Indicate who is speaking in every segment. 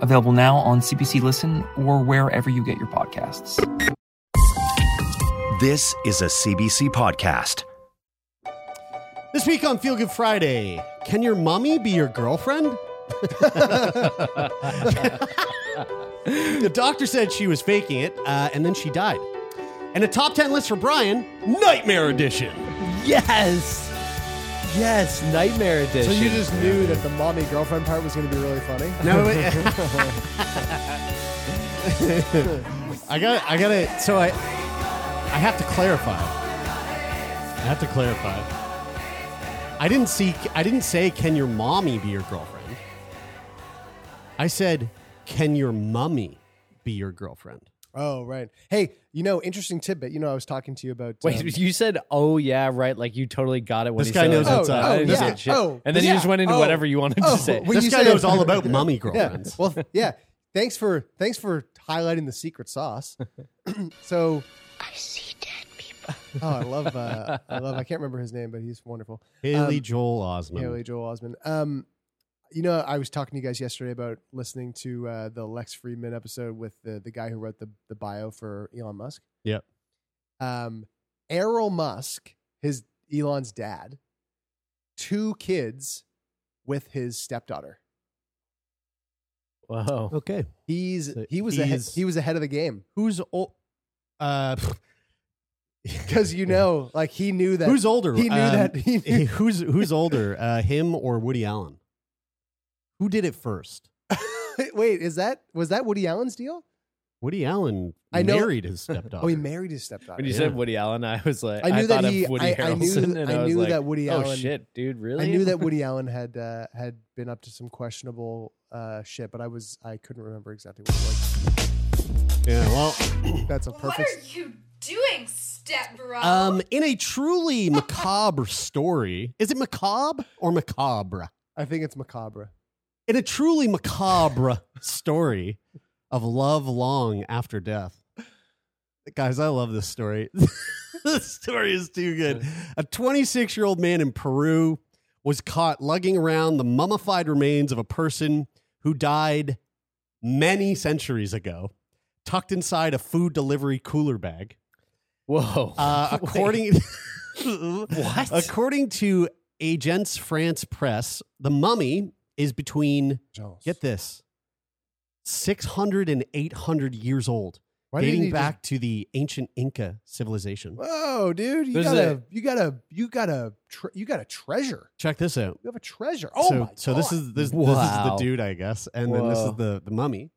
Speaker 1: available now on CBC Listen or wherever you get your podcasts.
Speaker 2: This is a CBC podcast.
Speaker 3: This week on Feel Good Friday, can your mommy be your girlfriend? the doctor said she was faking it, uh, and then she died. And a top 10 list for Brian Nightmare Edition.
Speaker 4: Yes. Yes, Nightmare Edition.
Speaker 5: So you just knew that the mommy girlfriend part was going to be really funny.
Speaker 3: No, wait. I got. I got to So I. I have to clarify. I have to clarify. I didn't see. I didn't say, "Can your mommy be your girlfriend?" I said, "Can your mummy be your girlfriend?"
Speaker 5: Oh, right. Hey, you know, interesting tidbit. You know, I was talking to you about. um,
Speaker 4: Wait, you said, "Oh yeah, right." Like you totally got it. When
Speaker 3: This
Speaker 4: he
Speaker 3: guy
Speaker 4: said
Speaker 3: knows
Speaker 4: that.
Speaker 3: what's up.
Speaker 4: I didn't
Speaker 3: Oh,
Speaker 4: say
Speaker 5: yeah.
Speaker 4: shit.
Speaker 5: Oh,
Speaker 4: and then you
Speaker 5: yeah.
Speaker 4: just went into
Speaker 5: Oh.
Speaker 4: whatever you wanted
Speaker 5: Oh,
Speaker 4: to say.
Speaker 5: well,
Speaker 3: This
Speaker 5: you
Speaker 3: guy
Speaker 5: said-
Speaker 3: knows all about mummy
Speaker 5: yeah.
Speaker 3: girlfriends.
Speaker 5: Well, um, yeah. Thanks for thanks for highlighting the secret sauce. so I see dead people. Oh, I love uh, I love I can't remember his name, but he's wonderful.
Speaker 3: Haley
Speaker 5: Um,
Speaker 3: Joel Osment.
Speaker 5: Haley Joel Osment. Um, you know, I was talking to you guys yesterday about listening to uh, the Lex Friedman episode with the the guy who wrote the the bio for Elon Musk.
Speaker 3: Yep.
Speaker 5: Um, Errol Musk, his Elon's dad, two kids with his stepdaughter.
Speaker 4: Whoa.
Speaker 3: Okay.
Speaker 5: He's
Speaker 3: So
Speaker 5: he was ahead,
Speaker 3: he's-
Speaker 5: he was ahead of the game
Speaker 3: Who's old? Uh,
Speaker 5: because you know, like he knew that
Speaker 3: who's older?
Speaker 5: he knew
Speaker 3: Um,
Speaker 5: that he knew-
Speaker 3: who's who's older, uh, him or Woody Allen? Who did it first?
Speaker 5: Wait, is that was that Woody Allen's deal?
Speaker 3: Woody Allen
Speaker 5: I know-
Speaker 3: married his stepdaughter.
Speaker 5: Oh, he married his stepdaughter.
Speaker 4: When you said Woody Allen, I was like,
Speaker 5: I
Speaker 4: I,
Speaker 5: knew that
Speaker 4: thought
Speaker 5: he-
Speaker 4: of Woody
Speaker 5: I- I knew
Speaker 4: Harrelson,
Speaker 5: that-
Speaker 4: and
Speaker 5: I
Speaker 4: I, was
Speaker 5: knew
Speaker 4: like,
Speaker 5: that Woody
Speaker 4: oh,
Speaker 5: Allen-
Speaker 4: shit, dude, really?
Speaker 5: I knew that Woody Allen had uh, had been up to some questionable uh, shit, but I was I couldn't remember exactly what it
Speaker 3: yeah, well,
Speaker 5: was. That's a perfect.
Speaker 6: you doing, stepbro?
Speaker 3: um, in a truly macabre story, is it macabre or macabre?
Speaker 5: I think it's macabre.
Speaker 3: In a truly macabre story of love long after death. Guys, I love this story. this story is too good. A 26 year old man in Peru was caught lugging around the mummified remains of a person who died many centuries ago, tucked inside a food delivery cooler bag.
Speaker 4: Whoa.
Speaker 3: Uh,
Speaker 4: Wait.
Speaker 3: according
Speaker 4: What?
Speaker 3: according to Agence France Press, the mummy is between
Speaker 5: Jones.
Speaker 3: get this 600 and 800 years old,
Speaker 5: Why didn't
Speaker 3: dating
Speaker 5: he
Speaker 3: back to the ancient Inca civilization.
Speaker 5: Just, whoa, dude! You
Speaker 4: There's
Speaker 5: gotta,
Speaker 4: a-
Speaker 5: you gotta, you gotta, tre- you got a treasure.
Speaker 3: Check this out.
Speaker 5: You have a treasure. Oh
Speaker 3: so,
Speaker 5: my
Speaker 3: so this is this, this is the
Speaker 4: Wow.
Speaker 3: dude, I guess, and then this is
Speaker 4: Whoa.
Speaker 3: the the mummy.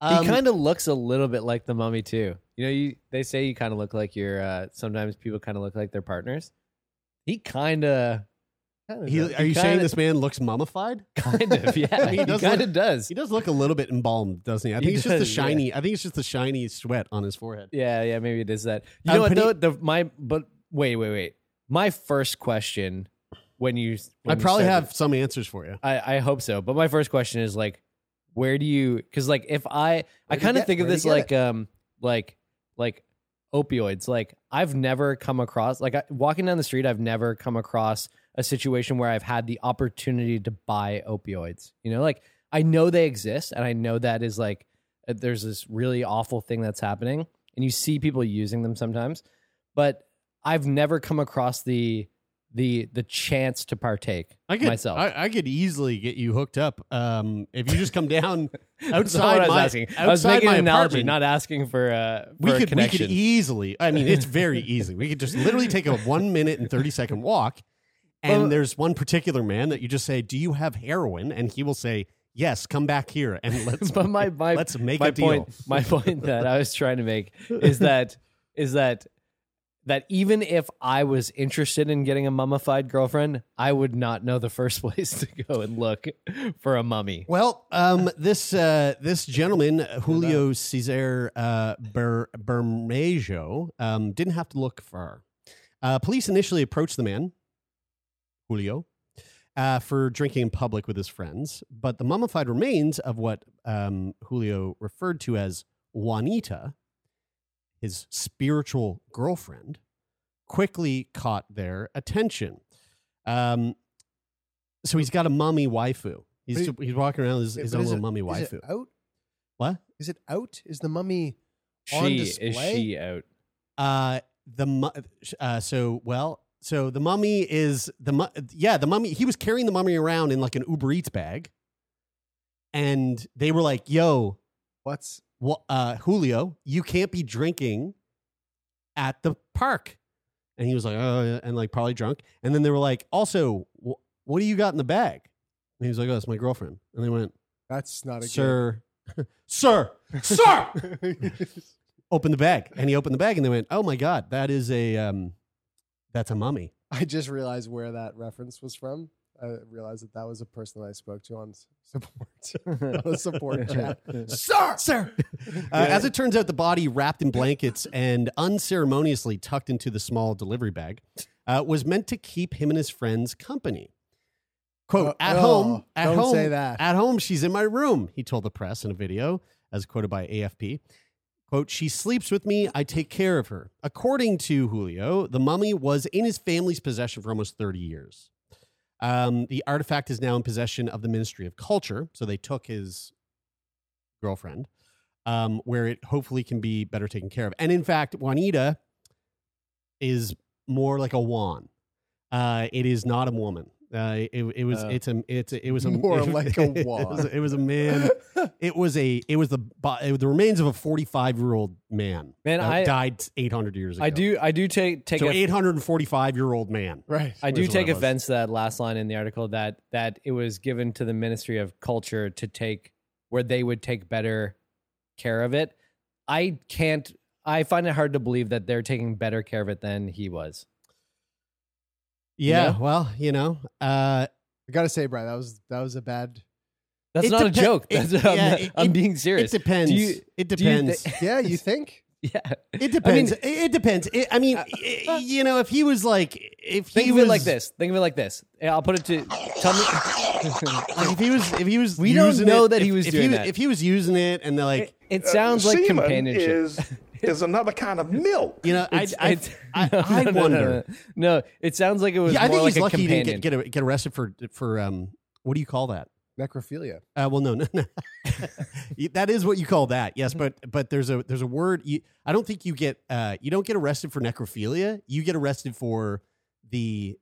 Speaker 3: Um,
Speaker 4: he kind of looks a little bit like the mummy too. You know, you they say you kind of look like your. Uh, sometimes people kind of look like their partners. He kind of,
Speaker 5: Kinda
Speaker 3: He,
Speaker 5: does.
Speaker 3: are you saying
Speaker 4: kinda-
Speaker 3: this man looks mummified?
Speaker 4: kind of, yeah.
Speaker 3: He
Speaker 4: he
Speaker 3: does
Speaker 4: kind
Speaker 3: look-
Speaker 4: of does.
Speaker 3: He does look a little bit embalmed, doesn't he? I
Speaker 4: He
Speaker 3: think it's just the
Speaker 4: does, yeah.
Speaker 3: shiny. I think it's just the shiny sweat on his forehead.
Speaker 4: Yeah, yeah, maybe it is that. You
Speaker 3: Um,
Speaker 4: know what
Speaker 3: but he-
Speaker 4: though? The, my but wait, wait, wait. My first question when you,
Speaker 3: I
Speaker 4: when you
Speaker 3: probably
Speaker 4: said
Speaker 3: have
Speaker 4: that-
Speaker 3: some answers for you.
Speaker 4: I I hope so. But my first question is like, where do you? Because like, if I I
Speaker 5: Where'd you
Speaker 4: kind of
Speaker 5: get-
Speaker 4: think of
Speaker 5: where'd
Speaker 4: this
Speaker 5: you get
Speaker 4: like um like like opioids. Like I've never come across like I, walking down the street. I've never come across a situation where I've had the opportunity to buy opioids. You know, like I know they exist, and I know that is like uh, there's this really awful thing that's happening, and you see people using them sometimes, but I've never come across the the the chance to partake
Speaker 3: I could,
Speaker 4: myself.
Speaker 3: I, I could easily get you hooked up um, if you just come down
Speaker 4: That's
Speaker 3: outside
Speaker 4: not what I was
Speaker 3: my
Speaker 4: asking.
Speaker 3: outside
Speaker 4: I was making
Speaker 3: my
Speaker 4: an analogy,
Speaker 3: apartment.
Speaker 4: not asking for, uh, for
Speaker 3: we
Speaker 4: a
Speaker 3: could we could
Speaker 4: connection.
Speaker 3: easily. I mean, it's very easy. We could just literally take a one minute and thirty second walk, and
Speaker 4: Well-
Speaker 3: there's one particular man that you just say, "Do you have heroin?" And he will say, "Yes." Come back here and let's.
Speaker 4: but my, my
Speaker 3: let's make
Speaker 4: my
Speaker 3: a deal.
Speaker 4: point my point that I was trying to make is that is that that even if I was interested in getting a mummified girlfriend, I would not know the first place to go and look for a mummy.
Speaker 3: Well, um, this uh, this gentleman Julio Cesar uh, Ber- Bermejo um, didn't have to look far. Uh, police initially approached the man, Julio, uh, for drinking in public with his friends, but the mummified remains of what um, Julio referred to as Juanita, his spiritual girlfriend, quickly caught their attention. Um, so he's got a mummy waifu. He's,
Speaker 5: But
Speaker 3: he's walking around with his,
Speaker 5: Wait,
Speaker 3: his
Speaker 5: but
Speaker 3: own
Speaker 5: is
Speaker 3: little
Speaker 5: it-
Speaker 3: mummy
Speaker 5: Is
Speaker 3: waifu.
Speaker 5: it out?
Speaker 3: What?
Speaker 5: Is it out? Is the mummy? On
Speaker 4: She is
Speaker 5: display?
Speaker 4: she out?
Speaker 3: Uh, the mu- uh, so well, so the mummy is the mu- yeah the mummy. He was carrying the mummy around in like an Uber Eats bag, and they were like, "Yo,
Speaker 5: What's
Speaker 3: wha- uh, Julio, you can't be drinking at the park." And he was like, "Oh," yeah," and like probably drunk. And then they were like, "Also, wh- what do you got in the bag?" And he was like, "Oh, it's my girlfriend." And they went,
Speaker 5: that's not a
Speaker 3: "Sir, sir, sir."
Speaker 5: good.
Speaker 3: open the bag and he opened the bag and they went oh my god that is a um that's a mummy
Speaker 5: I just realized where that reference was from. I realized that that was a person that I spoke to on s- support, on the support chat.
Speaker 3: sir sir uh, as it turns out the body wrapped in blankets and unceremoniously tucked into the small delivery bag uh, was meant to keep him and his friends company quote
Speaker 5: Oh,
Speaker 3: at
Speaker 5: oh,
Speaker 3: home at
Speaker 5: don't
Speaker 3: home
Speaker 5: say that.
Speaker 3: at home she's in my room he told the press in a video as quoted by afp quote she sleeps with me i take care of her according to julio the mummy was in his family's possession for almost 30 years um, the artifact is now in possession of the ministry of culture so they took his girlfriend um, where it hopefully can be better taken care of and in fact juanita is more like a wan uh, it is not a woman uh, it, it was
Speaker 4: Oh.
Speaker 3: it's a it's a, it was a
Speaker 5: More
Speaker 3: it,
Speaker 5: like a
Speaker 3: it was-
Speaker 5: wan.
Speaker 3: it was a man it was a it was the bo- it was the remains of a 45 year old man.
Speaker 4: Man,
Speaker 3: that
Speaker 4: I-
Speaker 3: died 800 years ago.
Speaker 4: I do I do take take
Speaker 3: So
Speaker 4: a-
Speaker 3: 845 year old man.
Speaker 5: Right.
Speaker 4: I do
Speaker 3: is what
Speaker 4: take
Speaker 3: it was.
Speaker 4: offense to that last line in the article that that it was given to the Ministry of Culture to take where they would take better care of it. I can't I find it hard to believe that they're taking better care of it than he was.
Speaker 3: Yeah.
Speaker 4: Yeah.
Speaker 3: Well, you know, uh,
Speaker 5: I gotta say, Brian, that was that was a bad.
Speaker 4: That's
Speaker 3: It
Speaker 4: not
Speaker 3: depen-
Speaker 4: a joke.
Speaker 3: it-
Speaker 4: That's,
Speaker 3: yeah,
Speaker 4: I'm,
Speaker 3: it-
Speaker 4: I'm
Speaker 3: it-
Speaker 4: being
Speaker 3: it
Speaker 4: serious.
Speaker 3: depends.
Speaker 4: Do you-
Speaker 3: it
Speaker 4: do you
Speaker 3: depends.
Speaker 5: Yeah, you think?
Speaker 4: yeah.
Speaker 3: it depends.
Speaker 4: I
Speaker 3: It- it depends. It- I mean, i- you know, if he was like, if
Speaker 4: uh, Think
Speaker 3: he
Speaker 4: of
Speaker 3: was
Speaker 4: it like this. Think of it like this. Yeah, I'll put it to tell me.
Speaker 3: like if he was, if he was,
Speaker 4: We don't
Speaker 3: using
Speaker 4: know
Speaker 3: it-
Speaker 4: that he
Speaker 3: if-
Speaker 4: was
Speaker 3: if
Speaker 4: doing
Speaker 3: was-
Speaker 4: that.
Speaker 3: If he was using it, and they're like,
Speaker 4: it sounds
Speaker 3: Uh,
Speaker 4: like companionship.
Speaker 7: is another kind of milk.
Speaker 3: you know, I,
Speaker 4: It's-
Speaker 3: I,
Speaker 4: it's-
Speaker 3: I,
Speaker 4: no,
Speaker 3: I
Speaker 4: no, no,
Speaker 3: wonder.
Speaker 4: No, no. No, it sounds like it was.
Speaker 3: Yeah, I
Speaker 4: more
Speaker 3: think
Speaker 4: like
Speaker 3: he's
Speaker 4: a
Speaker 3: lucky he
Speaker 4: companion.
Speaker 3: didn't get get, get arrested for for um, what do you call that?
Speaker 5: Necrophilia.
Speaker 3: Uh, well, no, no, no. that is what you call that. Yes,
Speaker 5: Mm-hmm.
Speaker 3: but but there's a there's a word. You, I don't think you get uh, you don't get arrested for necrophilia. You get arrested for the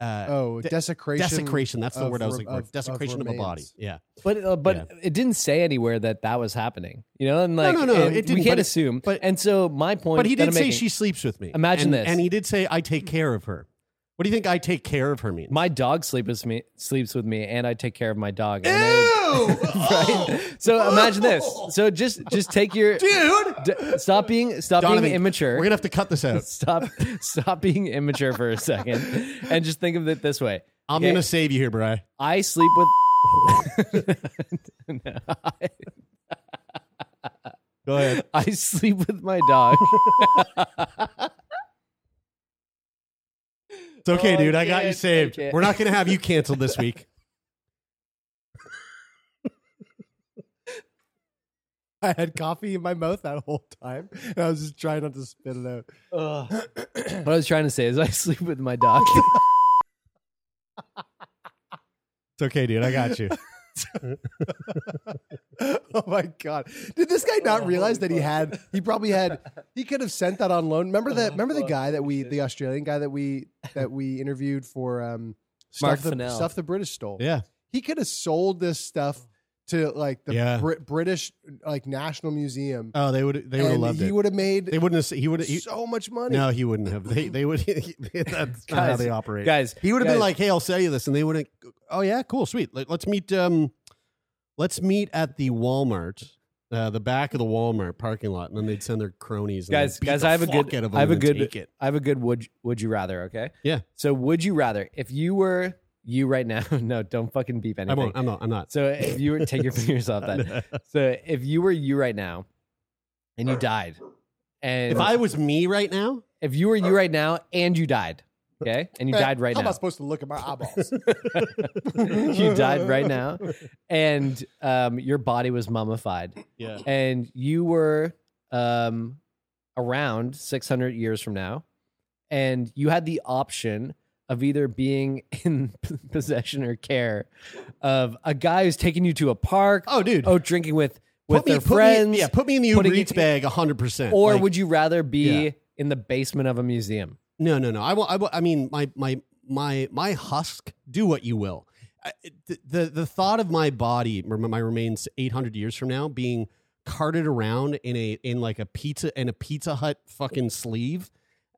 Speaker 3: uh,
Speaker 5: Oh,
Speaker 3: de-
Speaker 5: desecration.
Speaker 3: desecration. That's the
Speaker 5: of
Speaker 3: word I was
Speaker 5: rem-
Speaker 3: looking for.
Speaker 5: of- of
Speaker 3: desecration of, a body.
Speaker 5: remains.
Speaker 3: Yeah.
Speaker 4: But uh, but
Speaker 3: Yeah.
Speaker 4: it didn't say anywhere that that was happening. You know, and like
Speaker 3: no, no,
Speaker 4: and
Speaker 3: it didn't,
Speaker 4: we
Speaker 3: but
Speaker 4: can't
Speaker 3: it-
Speaker 4: assume.
Speaker 3: but-
Speaker 4: and so my point,
Speaker 3: But he
Speaker 4: that
Speaker 3: did
Speaker 4: I'm
Speaker 3: say
Speaker 4: making-
Speaker 3: she sleeps with me.
Speaker 4: Imagine
Speaker 3: and,
Speaker 4: this.
Speaker 3: And he did say I take care of her. What do you think I take care of her means?
Speaker 4: My dog sleeps with me, sleeps with me, and I take care of my dog. And I- right? So imagine this. So just just take your
Speaker 3: Dude,
Speaker 4: d- stop being stop
Speaker 3: Donovan,
Speaker 4: being immature.
Speaker 3: We're gonna have to cut this out.
Speaker 4: stop stop being immature for a second, and just think of it this way.
Speaker 3: I'm
Speaker 4: Okay?
Speaker 3: gonna save you here, Bry.
Speaker 4: I sleep with. No, I-
Speaker 3: Go ahead.
Speaker 4: I sleep with my dog.
Speaker 3: It's okay,
Speaker 4: Oh,
Speaker 3: dude. I
Speaker 4: I
Speaker 3: got you
Speaker 4: can't. I
Speaker 3: saved.
Speaker 4: can't.
Speaker 3: We're not gonna have you canceled this week.
Speaker 5: I had coffee in my mouth that whole time, and I was just trying not to spit it out.
Speaker 4: What I was trying to say is I sleep with my dog.
Speaker 3: It's okay, dude. I got you.
Speaker 5: oh my god! Did this guy
Speaker 4: Oh,
Speaker 5: not realize that he had? He probably had. He could have sent that on loan.
Speaker 4: Oh,
Speaker 5: Remember the remember the guy that we, the Australian guy that we that we interviewed for um,
Speaker 4: Mark
Speaker 5: stuff the,
Speaker 4: Fennell.
Speaker 5: stuff the British stole.
Speaker 3: Yeah.
Speaker 5: he could have sold this stuff to like the
Speaker 3: Yeah.
Speaker 5: Brit, British like National Museum.
Speaker 3: Oh, they would. They would have
Speaker 5: and
Speaker 3: loved
Speaker 5: he
Speaker 3: it.
Speaker 5: would have made
Speaker 3: They wouldn't. Have, he would. He,
Speaker 5: so much money.
Speaker 3: no, he wouldn't have. They. They would. that's not how
Speaker 4: Guys,
Speaker 3: they operate.
Speaker 4: guys,
Speaker 3: he would have
Speaker 4: guys.
Speaker 3: been like, "Hey, I'll sell you this," and they wouldn't. Oh yeah, cool, sweet. Let, let's meet. Um, let's meet at the Walmart uh, the back of the Walmart parking lot, and then they'd send their cronies. and
Speaker 4: guys,
Speaker 3: they'd beat
Speaker 4: guys,
Speaker 3: the
Speaker 4: I have a
Speaker 3: fuck
Speaker 4: good,
Speaker 3: out of 'em
Speaker 4: I have a
Speaker 3: and
Speaker 4: good,
Speaker 3: Take it.
Speaker 4: I have a good. Would Would you rather? Okay.
Speaker 3: Yeah.
Speaker 4: So would you rather if you were you right now? No, don't fucking beep
Speaker 3: I
Speaker 4: anything.
Speaker 3: won't. I'm not. I'm not.
Speaker 4: So if you were take your fingers off that. So if you were you right now, and you died, and
Speaker 3: if I was me right now,
Speaker 4: if you were you right now and you died, okay, and you died right
Speaker 5: Eh, How am I
Speaker 4: now,
Speaker 5: supposed to look at my eyeballs?
Speaker 4: you died right now, and um, your body was mummified,
Speaker 3: yeah,
Speaker 4: and you were um, around 600 years from now, and you had the option of either being in possession or care of a guy who's taking you to a park.
Speaker 3: Oh, dude.
Speaker 4: Oh, drinking with with
Speaker 3: me,
Speaker 4: their friends.
Speaker 3: me, yeah, put me in the Uber
Speaker 4: putting it-
Speaker 3: Eats bag, hundred percent.
Speaker 4: or would you rather be
Speaker 3: Yeah.
Speaker 4: in the basement of a museum?
Speaker 3: No, no, no. I will. I, will, I mean, my my my my husk. Do what you will. I, the, the the thought of my body, rem- my remains, eight hundred years from now, being carted around in a in like a pizza in a Pizza Hut fucking sleeve.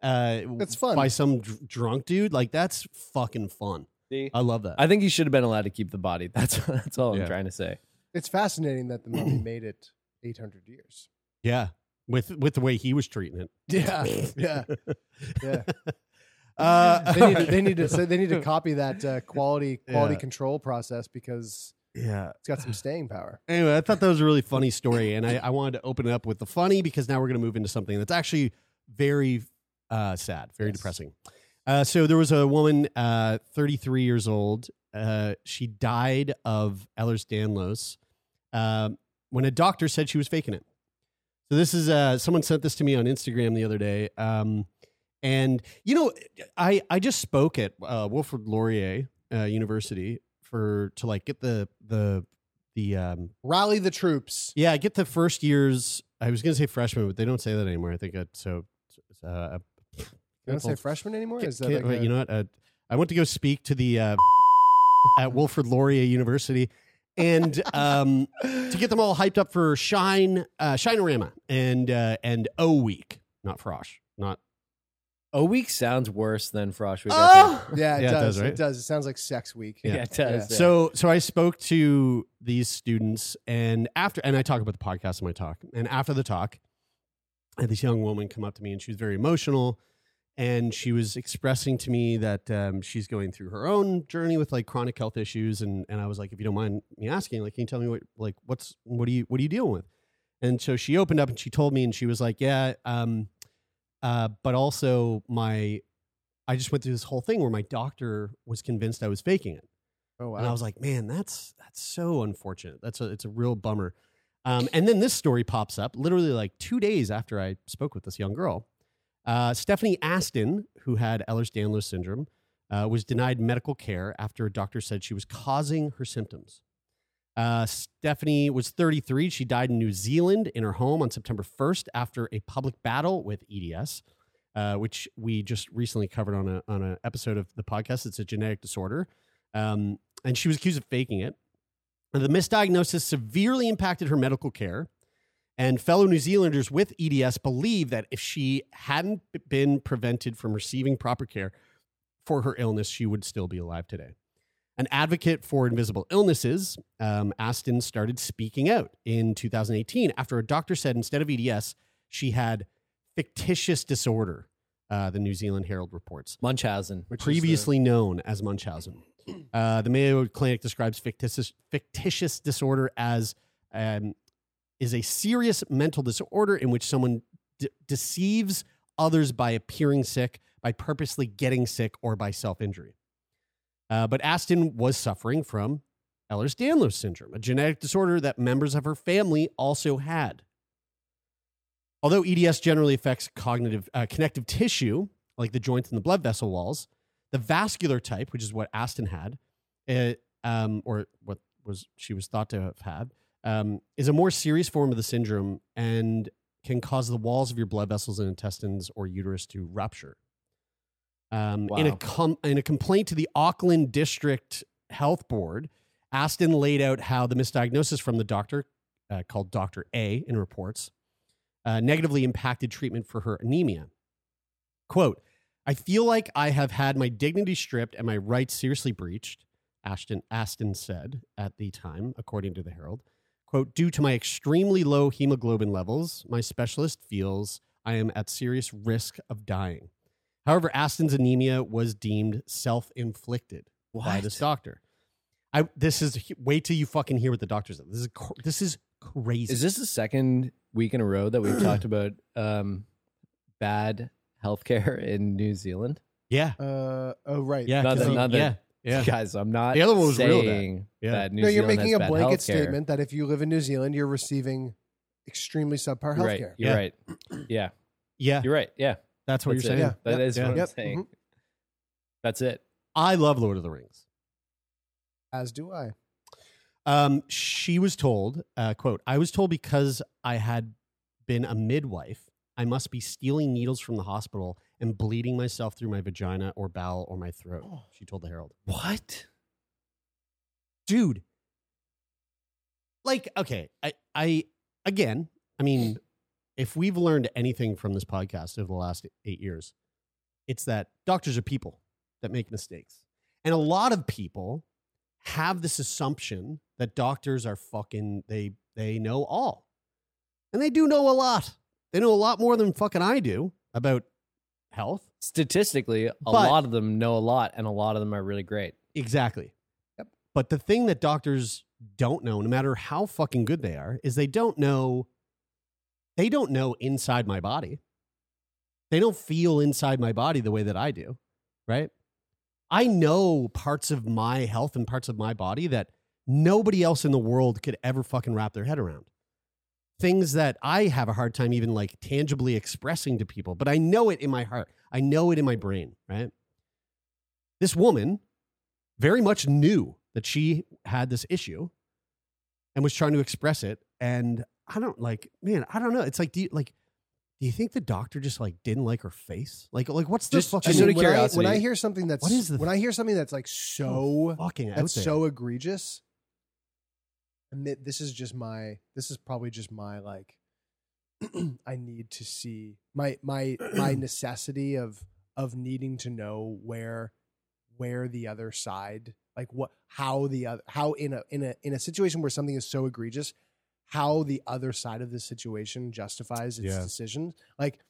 Speaker 3: Uh,
Speaker 5: That's fun.
Speaker 3: by some dr- drunk dude. Like that's fucking fun. I love that.
Speaker 4: I think you should have been allowed to keep the body. That's that's all
Speaker 3: Yeah.
Speaker 4: I'm trying to say.
Speaker 5: it's fascinating that the mummy made it 800 years.
Speaker 3: yeah, with with the way he was treating it.
Speaker 5: Yeah, yeah, yeah.
Speaker 3: Uh,
Speaker 5: They need, to- they need to so they need to copy that uh, quality quality
Speaker 3: Yeah.
Speaker 5: control process because
Speaker 3: yeah.
Speaker 5: it's got some staying power.
Speaker 3: Anyway, I thought that was a really funny story, and I, I wanted to open it up with the funny because now we're going to move into something that's actually very uh, sad, very depressing. Uh, so there was a woman, uh, 33 years old. Uh, she died of Ehlers-Danlos um, when a doctor said she was faking it. So this is uh, someone sent this to me on Instagram the other day, um, and you know, I I just spoke at uh, Wilfrid Laurier uh, University for to like get the the the um,
Speaker 5: Rally the troops.
Speaker 3: yeah, I get the first year's. I was going to say freshman, but they don't say that anymore. I think I, so. Uh,
Speaker 5: You don't say freshman anymore?
Speaker 3: Ki-
Speaker 5: Is that
Speaker 3: ki-
Speaker 5: like
Speaker 3: wait,
Speaker 5: a-
Speaker 3: you know what? Uh, I went to go speak to the uh, at Wilfrid Laurier University, and um, to get them all hyped up for Shine uh, Shinerama and uh, and O Week, not Frosh, not
Speaker 4: O week sounds worse than Frosh week. I think.
Speaker 5: yeah, it
Speaker 3: Yeah, it
Speaker 5: does.
Speaker 3: does, right?
Speaker 5: It does. It sounds like sex week.
Speaker 4: Yeah, it does. yeah.
Speaker 3: So so I spoke to these students and after and I talk about the podcast in my talk. And after the talk, I had this young woman come up to me and she was very emotional and she was expressing to me that um, she's going through her own journey with like chronic health issues and and I was like if you don't mind me asking like can you tell me what like what's what do you what are you dealing with? And so she opened up and she told me and she was like, "Yeah, um uh but also my I just went through this whole thing where my doctor was convinced I was faking it."
Speaker 5: Oh wow.
Speaker 3: And I was like, man, that's that's so unfortunate. That's a it's a real bummer. Um, and then this story pops up literally like two days after I spoke with this young girl. Uh, Stephanie Aston, who had Ehlers-Danlos syndrome, uh, was denied medical care after a doctor said she was causing her symptoms. Uh, Stephanie was 33. She died in New Zealand in her home on September 1st after a public battle with EDS, uh, which we just recently covered on a on an episode of the podcast. It's a genetic disorder. Um, and she was accused of faking it. And the misdiagnosis severely impacted her medical care. And fellow New Zealanders with EDS believe that if she hadn't b- been prevented from receiving proper care for her illness, she would still be alive today. An advocate for invisible illnesses, um, Aston started speaking out in 2018 after a doctor said instead of EDS, she had fictitious disorder, uh, the New Zealand Herald reports
Speaker 4: Munchausen.
Speaker 5: Which is the-
Speaker 3: previously known as Munchausen. Uh, the Mayo Clinic describes fictitious, fictitious disorder as um, is a serious mental disorder in which someone de- deceives others by appearing sick, by purposely getting sick, or by self injury. Uh, but Aston was suffering from Ehlers Danlos syndrome, a genetic disorder that members of her family also had. Although EDS generally affects cognitive uh, connective tissue, like the joints and the blood vessel walls, the vascular type, which is what Aston had, eh, um, or what was she was thought to have had, um, is a more serious form of the syndrome and can cause the walls of your blood vessels and intestines or uterus to rupture. Um, In a
Speaker 4: Wow.
Speaker 3: com- in a complaint to the Auckland District Health Board, Aston laid out how the misdiagnosis from the doctor, uh, called Doctor A, in reports, uh, negatively impacted treatment for her anemia. Quote. I feel like I have had my dignity stripped and my rights seriously breached, Ashton Aston said at the time, according to the Herald. Quote, due to my extremely low hemoglobin levels, my specialist feels I am at serious risk of dying. However, Aston's anemia was deemed self inflicted by this doctor. I, this is wait till you fucking hear what the doctor said. This is cr- this is crazy.
Speaker 4: Is this the second week in a row that we've talked about um, bad healthcare in New Zealand?
Speaker 3: yeah,
Speaker 5: Uh, oh, right.
Speaker 3: yeah, 'cause
Speaker 4: Not that-
Speaker 3: he-
Speaker 4: not that-
Speaker 3: yeah, yeah.
Speaker 4: Guys, I'm not
Speaker 3: The other one was real
Speaker 4: saying
Speaker 3: bad. Yeah.
Speaker 4: that New
Speaker 5: No, you're
Speaker 4: Zealand
Speaker 5: making
Speaker 4: has
Speaker 5: a
Speaker 4: bad
Speaker 5: blanket
Speaker 4: healthcare.
Speaker 5: statement that if you live in New Zealand, you're receiving extremely subpar healthcare.
Speaker 4: Right. You're
Speaker 3: Yeah.
Speaker 4: right. Yeah.
Speaker 3: yeah.
Speaker 4: You're right. Yeah.
Speaker 3: That's what
Speaker 4: That's
Speaker 3: you're
Speaker 4: it.
Speaker 3: saying.
Speaker 5: Yeah.
Speaker 4: That is
Speaker 3: yeah.
Speaker 4: what I'm
Speaker 5: Yep.
Speaker 4: saying.
Speaker 5: Mhm.
Speaker 4: That's it.
Speaker 3: I love Lord of the Rings.
Speaker 5: As do I.
Speaker 3: Um, she was told, uh, quote, I was told because I had been a midwife, I must be stealing needles from the hospital and bleeding myself through my vagina or bowel or my throat. She told the Herald.
Speaker 4: What?
Speaker 3: Dude. Like, okay, I, I, again, I mean, if we've learned anything from this podcast over the last eight years, it's that doctors are people that make mistakes. And a lot of people have this assumption that doctors are fucking they they know all. And they do know a lot. They know a lot more than fucking I do about health.
Speaker 4: Statistically, a
Speaker 3: But-
Speaker 4: lot of them know a lot and a lot of them are really great.
Speaker 3: Exactly. But the thing that doctors don't know, no matter how fucking good they are, is they don't know they don't know inside my body. They don't feel inside my body the way that I do, right? I know parts of my health and parts of my body that nobody else in the world could ever fucking wrap their head around. Things that I have a hard time even like tangibly expressing to people, but I know it in my heart. I know it in my brain, right? This woman very much knew that she had this issue and was trying to express it and i don't like man i don't know it's like do you like do you think the doctor just like didn't like her face like like what's the
Speaker 4: Just-
Speaker 3: fucking
Speaker 4: just out of
Speaker 5: when I,
Speaker 4: curiosity.
Speaker 5: when I hear something that's
Speaker 3: What is the-
Speaker 5: when I hear something that's like so
Speaker 3: fucking out
Speaker 5: that's
Speaker 3: there?
Speaker 5: so egregious. Admit this is just my this is probably just my like I need to see my my my necessity of of needing to know where where the other side like what how the other how in a in a in a situation where something is so egregious how the other side of this situation justifies its
Speaker 3: Yeah.
Speaker 5: decision like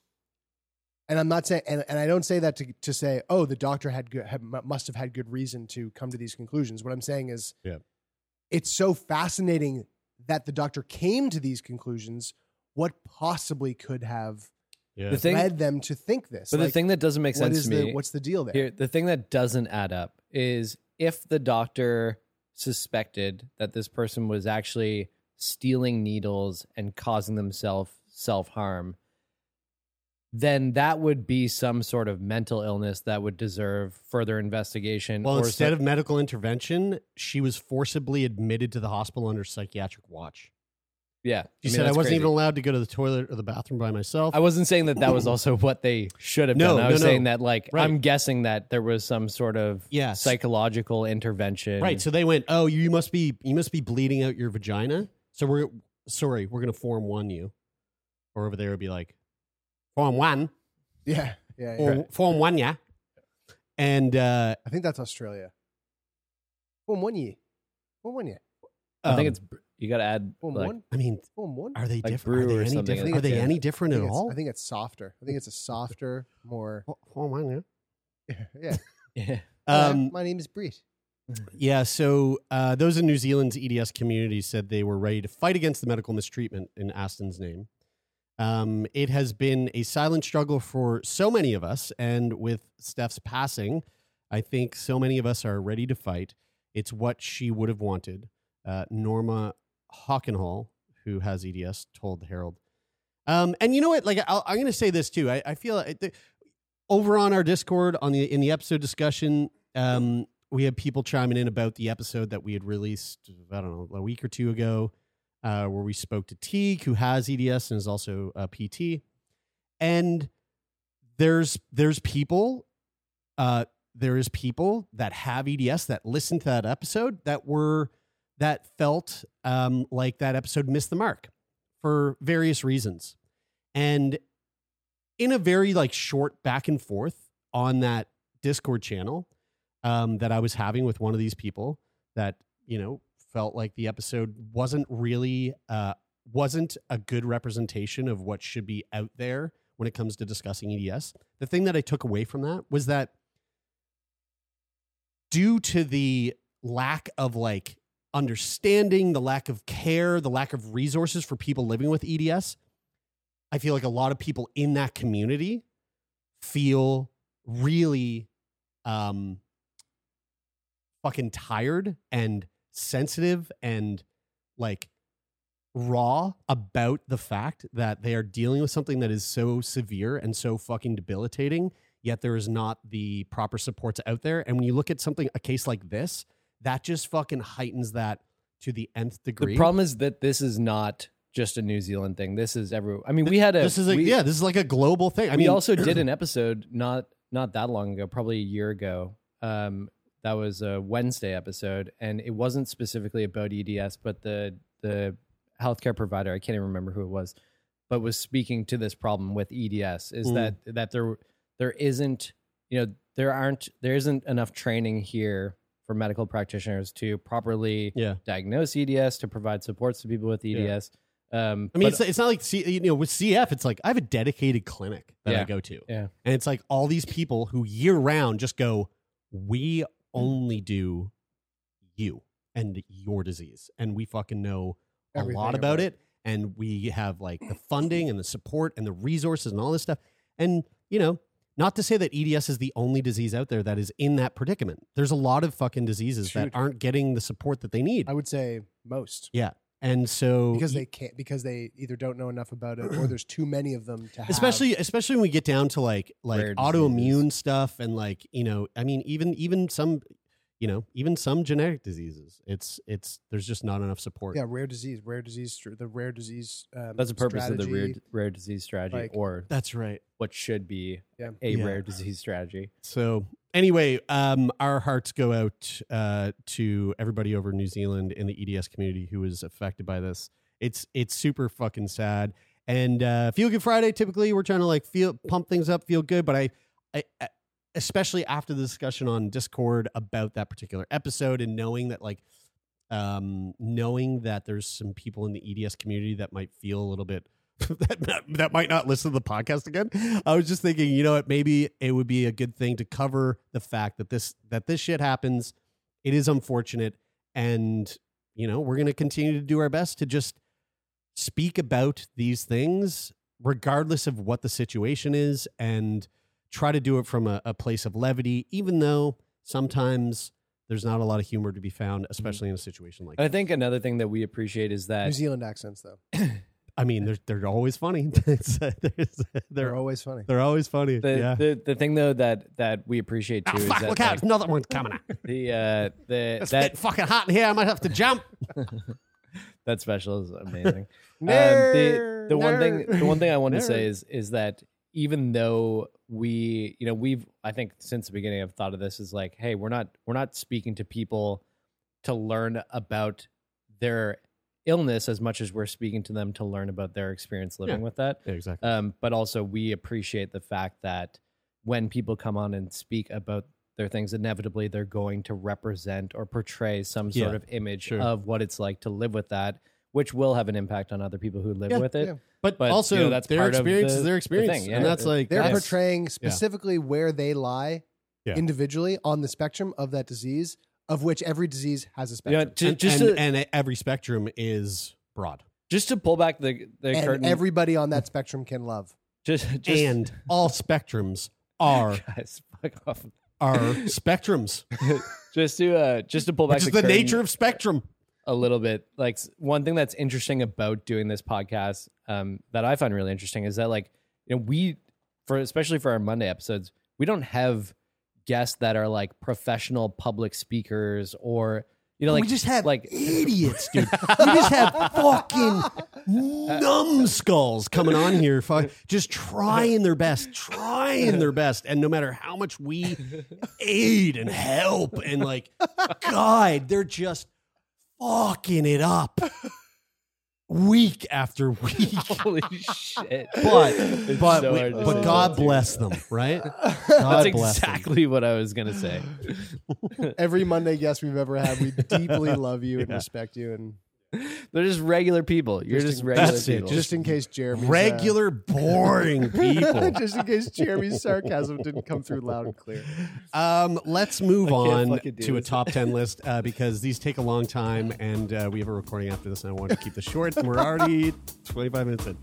Speaker 5: and I'm not saying, and, and I don't say that to, to say, oh, the doctor had good, had, mu- must have had good reason to come to these conclusions. What I'm saying is,
Speaker 3: Yeah.
Speaker 5: it's so fascinating that the doctor came to these conclusions. What possibly could have
Speaker 3: Yeah.
Speaker 4: The thing
Speaker 5: led them to think this?
Speaker 4: But the
Speaker 5: Like,
Speaker 4: thing that doesn't make
Speaker 5: what
Speaker 4: sense
Speaker 5: is
Speaker 4: to me
Speaker 5: the, what's the deal there?
Speaker 4: Here, the thing that doesn't add up is if the doctor suspected that this person was actually stealing needles and causing themselves self harm, then that would be some sort of mental illness that would deserve further investigation.
Speaker 3: well
Speaker 4: or
Speaker 3: instead
Speaker 4: so-
Speaker 3: of medical intervention she was forcibly admitted to the hospital under psychiatric watch
Speaker 4: yeah,
Speaker 3: she
Speaker 4: mean,
Speaker 3: said i
Speaker 4: that's
Speaker 3: wasn't
Speaker 4: crazy.
Speaker 3: even allowed to go to the toilet or the bathroom by myself
Speaker 4: I wasn't saying that that was also what they should have
Speaker 3: No,
Speaker 4: done. I
Speaker 3: no,
Speaker 4: was
Speaker 3: no.
Speaker 4: saying that, like,
Speaker 3: Right.
Speaker 4: I'm guessing that there was some sort of
Speaker 3: yeah
Speaker 4: psychological intervention.
Speaker 3: Right. So they went, "Oh, you must be you must be bleeding out your vagina." So we're sorry, we're gonna form one you, or over there would be like form one
Speaker 5: yeah, yeah, yeah.
Speaker 3: or form one yeah, and uh,
Speaker 5: I think that's Australia. One one year, one one year,
Speaker 4: I think
Speaker 3: um,
Speaker 4: it's br- you got to add
Speaker 5: one
Speaker 4: like,
Speaker 5: one,
Speaker 3: I mean,
Speaker 5: one one.
Speaker 3: are they
Speaker 4: Like
Speaker 3: different? Are
Speaker 4: brew
Speaker 3: they
Speaker 4: or
Speaker 3: any
Speaker 4: something,
Speaker 3: different?
Speaker 5: I
Speaker 3: Are they
Speaker 5: think.
Speaker 3: any
Speaker 5: I
Speaker 3: different
Speaker 5: think
Speaker 3: at
Speaker 5: it's-
Speaker 3: all?
Speaker 5: I think it's softer. I think it's a softer, more.
Speaker 3: Fo- form one yeah.
Speaker 5: Yeah.
Speaker 4: Yeah.
Speaker 5: Hi,
Speaker 3: Um,
Speaker 5: my name is Brit.
Speaker 3: yeah. So uh, those in New Zealand's EDS community said they were ready to fight against the medical mistreatment in Aston's name. Um, it has been a silent struggle for so many of us, and with Steph's passing, I think so many of us are ready to fight. It's what she would have wanted. Uh, Norma Hockenhall, who has EDS, told the Herald. Um, and you know what? Like, I'll, I'm going to say this too. I, I feel I think- over on our Discord on the in the episode discussion, um, we had people chiming in about the episode that we had released. I don't know a week or two ago, uh, where we spoke to Teague, who has EDS and is also a PT, and there's there's people uh, there is people that have EDS that listened to that episode that were that felt um, like that episode missed the mark for various reasons, and in a very like short back and forth on that Discord channel um, that I was having with one of these people that you know felt like the episode wasn't really uh, wasn't a good representation of what should be out there when it comes to discussing EDS. The thing that I took away from that was that due to the lack of like understanding, the lack of care, the lack of resources for people living with E EDS, I feel like a lot of people in that community feel really um fucking tired and sensitive and like raw about the fact that they are dealing with something that is so severe and so fucking debilitating yet there is not the proper supports out there and when you look at something a case like this that just fucking heightens that to the nth degree
Speaker 4: The problem is that this is not just a New Zealand thing. This is every. I mean, we had a.
Speaker 3: this is a
Speaker 4: we-
Speaker 3: yeah this is like a global thing i
Speaker 4: we
Speaker 3: mean
Speaker 4: also did an episode not not that long ago, probably a year ago. Um, that was a Wednesday episode, and it wasn't specifically about EDS, but the the healthcare provider I can't even remember who it was, but was speaking to this problem with EDS is
Speaker 3: Mm.
Speaker 4: that that there there isn't you know there aren't there isn't enough training here for medical practitioners to properly
Speaker 3: yeah
Speaker 4: diagnose EDS to provide supports to people with
Speaker 3: Yeah.
Speaker 4: EDS. Um,
Speaker 3: I mean,
Speaker 4: but-
Speaker 3: it's, it's not like C, you know with CF. It's like I have a dedicated clinic that I
Speaker 4: Yeah.
Speaker 3: go to,
Speaker 4: Yeah.
Speaker 3: and it's like all these people who year round just go, we only do you and your disease, and we fucking know a
Speaker 5: Everything
Speaker 3: lot about it, and we have like the funding and the support and the resources and all this stuff, and you know. Not to say that EDS is the only disease out there that is in that predicament. There's a lot of fucking diseases that
Speaker 5: Dude.
Speaker 3: aren't getting the support that they need.
Speaker 5: I would say most
Speaker 3: And so
Speaker 5: because
Speaker 4: e
Speaker 5: they can't because they either don't know enough about it or there's too many of them to have.
Speaker 3: especially especially when we get down to like like
Speaker 4: Rare
Speaker 3: autoimmune stuff and like you know i mean even even some you know even some genetic diseases it's it's there's just not enough support
Speaker 5: yeah, rare disease, rare disease, str- the rare disease. Um,
Speaker 4: That's the purpose of the rare,
Speaker 5: strategy.
Speaker 4: rare disease strategy,
Speaker 5: like-
Speaker 4: or
Speaker 3: that's right
Speaker 4: what should be
Speaker 5: Yeah.
Speaker 4: a
Speaker 3: Yeah.
Speaker 4: rare disease strategy.
Speaker 3: so anyway um our hearts go out uh to everybody over in new zealand in the eds community who is affected by this it's it's super fucking sad and uh feel good friday typically we're trying to like feel pump things up feel good but i I, I- especially after the discussion on Discord about that particular episode and knowing that like um knowing that there's some people in the EDS community that might feel a little bit that, that that might not listen to the podcast again. I was just thinking, you know what, maybe it would be a good thing to cover the fact that this that this shit happens. It is unfortunate and you know, we're going to continue to do our best to just speak about these things regardless of what the situation is and try to do it from a, a place of levity, even though sometimes there's not a lot of humor to be found, especially in a situation like
Speaker 4: And I
Speaker 3: that.
Speaker 4: think another thing that we appreciate is
Speaker 5: New
Speaker 4: that
Speaker 3: E
Speaker 5: Zealand accents though.
Speaker 3: I mean, they're, they're always funny. It's, uh, there's-
Speaker 5: They're,
Speaker 3: they're,
Speaker 5: always funny.
Speaker 3: they're always funny.
Speaker 4: the,
Speaker 3: yeah.
Speaker 4: the the thing though that that we appreciate too
Speaker 3: Ah,
Speaker 4: is
Speaker 3: fuck,
Speaker 4: that
Speaker 3: look out.
Speaker 4: like,
Speaker 3: Another one's coming out.
Speaker 4: the uh, the
Speaker 3: It's
Speaker 4: that
Speaker 3: getting fucking hot in here. I might have to jump.
Speaker 4: that special is amazing. Um, the the one thing the one thing I wanted to say is is that even though we you know we've I think since the beginning I've thought of this is like hey we're not we're not speaking to people to learn about their illness as much as we're speaking to them to learn about their experience living
Speaker 3: Yeah.
Speaker 4: with that.
Speaker 3: Yeah, exactly.
Speaker 4: Um, but also we appreciate the fact that when people come on and speak about their things, inevitably they're going to represent or portray some sort
Speaker 3: Yeah,
Speaker 4: of image
Speaker 3: sure.
Speaker 4: of what it's like to live with that, which will have an impact on other people who live
Speaker 3: Yeah,
Speaker 4: with it.
Speaker 5: yeah.
Speaker 3: but,
Speaker 4: but,
Speaker 3: also,
Speaker 4: you know, that's
Speaker 3: their
Speaker 4: part of
Speaker 3: experience
Speaker 4: the-
Speaker 3: is their
Speaker 4: the
Speaker 3: experience.
Speaker 4: thing, yeah.
Speaker 3: And that's like,
Speaker 5: They're
Speaker 3: that's-
Speaker 5: portraying specifically where they lie
Speaker 3: Yeah.
Speaker 5: individually on the spectrum of that disease, of which every disease has a
Speaker 4: You know,
Speaker 5: spectrum.
Speaker 4: to,
Speaker 3: and,
Speaker 4: just
Speaker 3: and,
Speaker 4: to,
Speaker 3: and every spectrum is broad.
Speaker 4: just to pull back the the
Speaker 5: and
Speaker 4: curtain,
Speaker 5: everybody on that spectrum can love.
Speaker 4: just, just
Speaker 3: and all spectrums are
Speaker 4: guys, fuck off.
Speaker 3: are spectrums.
Speaker 4: Just to uh, just to pull back
Speaker 3: Which is
Speaker 4: the
Speaker 3: the
Speaker 4: curtain
Speaker 3: nature of spectrum.
Speaker 4: a little bit. Like s- one thing that's interesting about doing this podcast um, that I find really interesting is that like you know we for especially for our Monday episodes we don't have guests that are like professional public speakers or you know like
Speaker 3: we just have
Speaker 4: like
Speaker 3: idiots, dude. we just have fucking numbskulls coming on here, fuck, just trying their best, trying their best, and no matter how much we aid and help and like guide, they're just fucking it up. week after week.
Speaker 4: Holy shit!
Speaker 3: But
Speaker 4: It's
Speaker 3: but
Speaker 4: so
Speaker 3: we-
Speaker 4: hard to
Speaker 3: but
Speaker 4: say
Speaker 3: God
Speaker 4: that, dude.
Speaker 3: bless them, right?
Speaker 4: That's
Speaker 3: God bless them.
Speaker 4: exactly what I was gonna say.
Speaker 5: Every Monday guest we've ever had, we deeply love you and
Speaker 3: Yeah.
Speaker 5: respect you. And
Speaker 4: They're just regular people. You're just,
Speaker 5: in-
Speaker 4: regular
Speaker 3: That's it,
Speaker 4: people.
Speaker 5: just in case Jeremy,
Speaker 3: Regular boring people.
Speaker 5: just in case Jeremy's sarcasm didn't come through loud and clear.
Speaker 3: Um, let's move on
Speaker 4: fucking do
Speaker 3: to a
Speaker 4: this.
Speaker 3: top 10 list uh, because these take a long time and uh, we have a recording after this and I wanted to keep this short. And we're already 25 minutes in.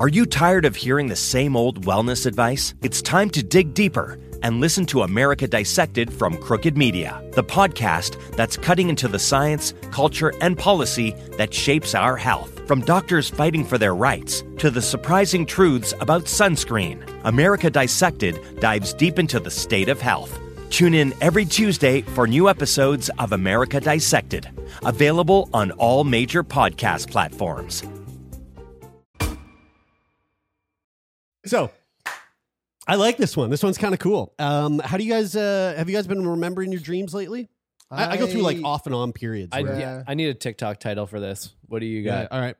Speaker 2: Are you tired of hearing the same old wellness advice? It's time to dig deeper and listen to America Dissected from Crooked Media, the podcast that's cutting into the science, culture, and policy that shapes our health. From doctors fighting for their rights to the surprising truths about sunscreen, America Dissected dives deep into the state of health. Tune in every Tuesday for new episodes of America Dissected, available on all major podcast platforms.
Speaker 3: So I like this one. This one's kind of cool. Um, how do you guys, uh, have you guys been remembering your dreams lately? I, I, go through like off and on periods.
Speaker 4: I,
Speaker 3: where-
Speaker 4: yeah, I need a TikTok title for this. What do you
Speaker 3: Yeah,
Speaker 4: got?
Speaker 3: all right.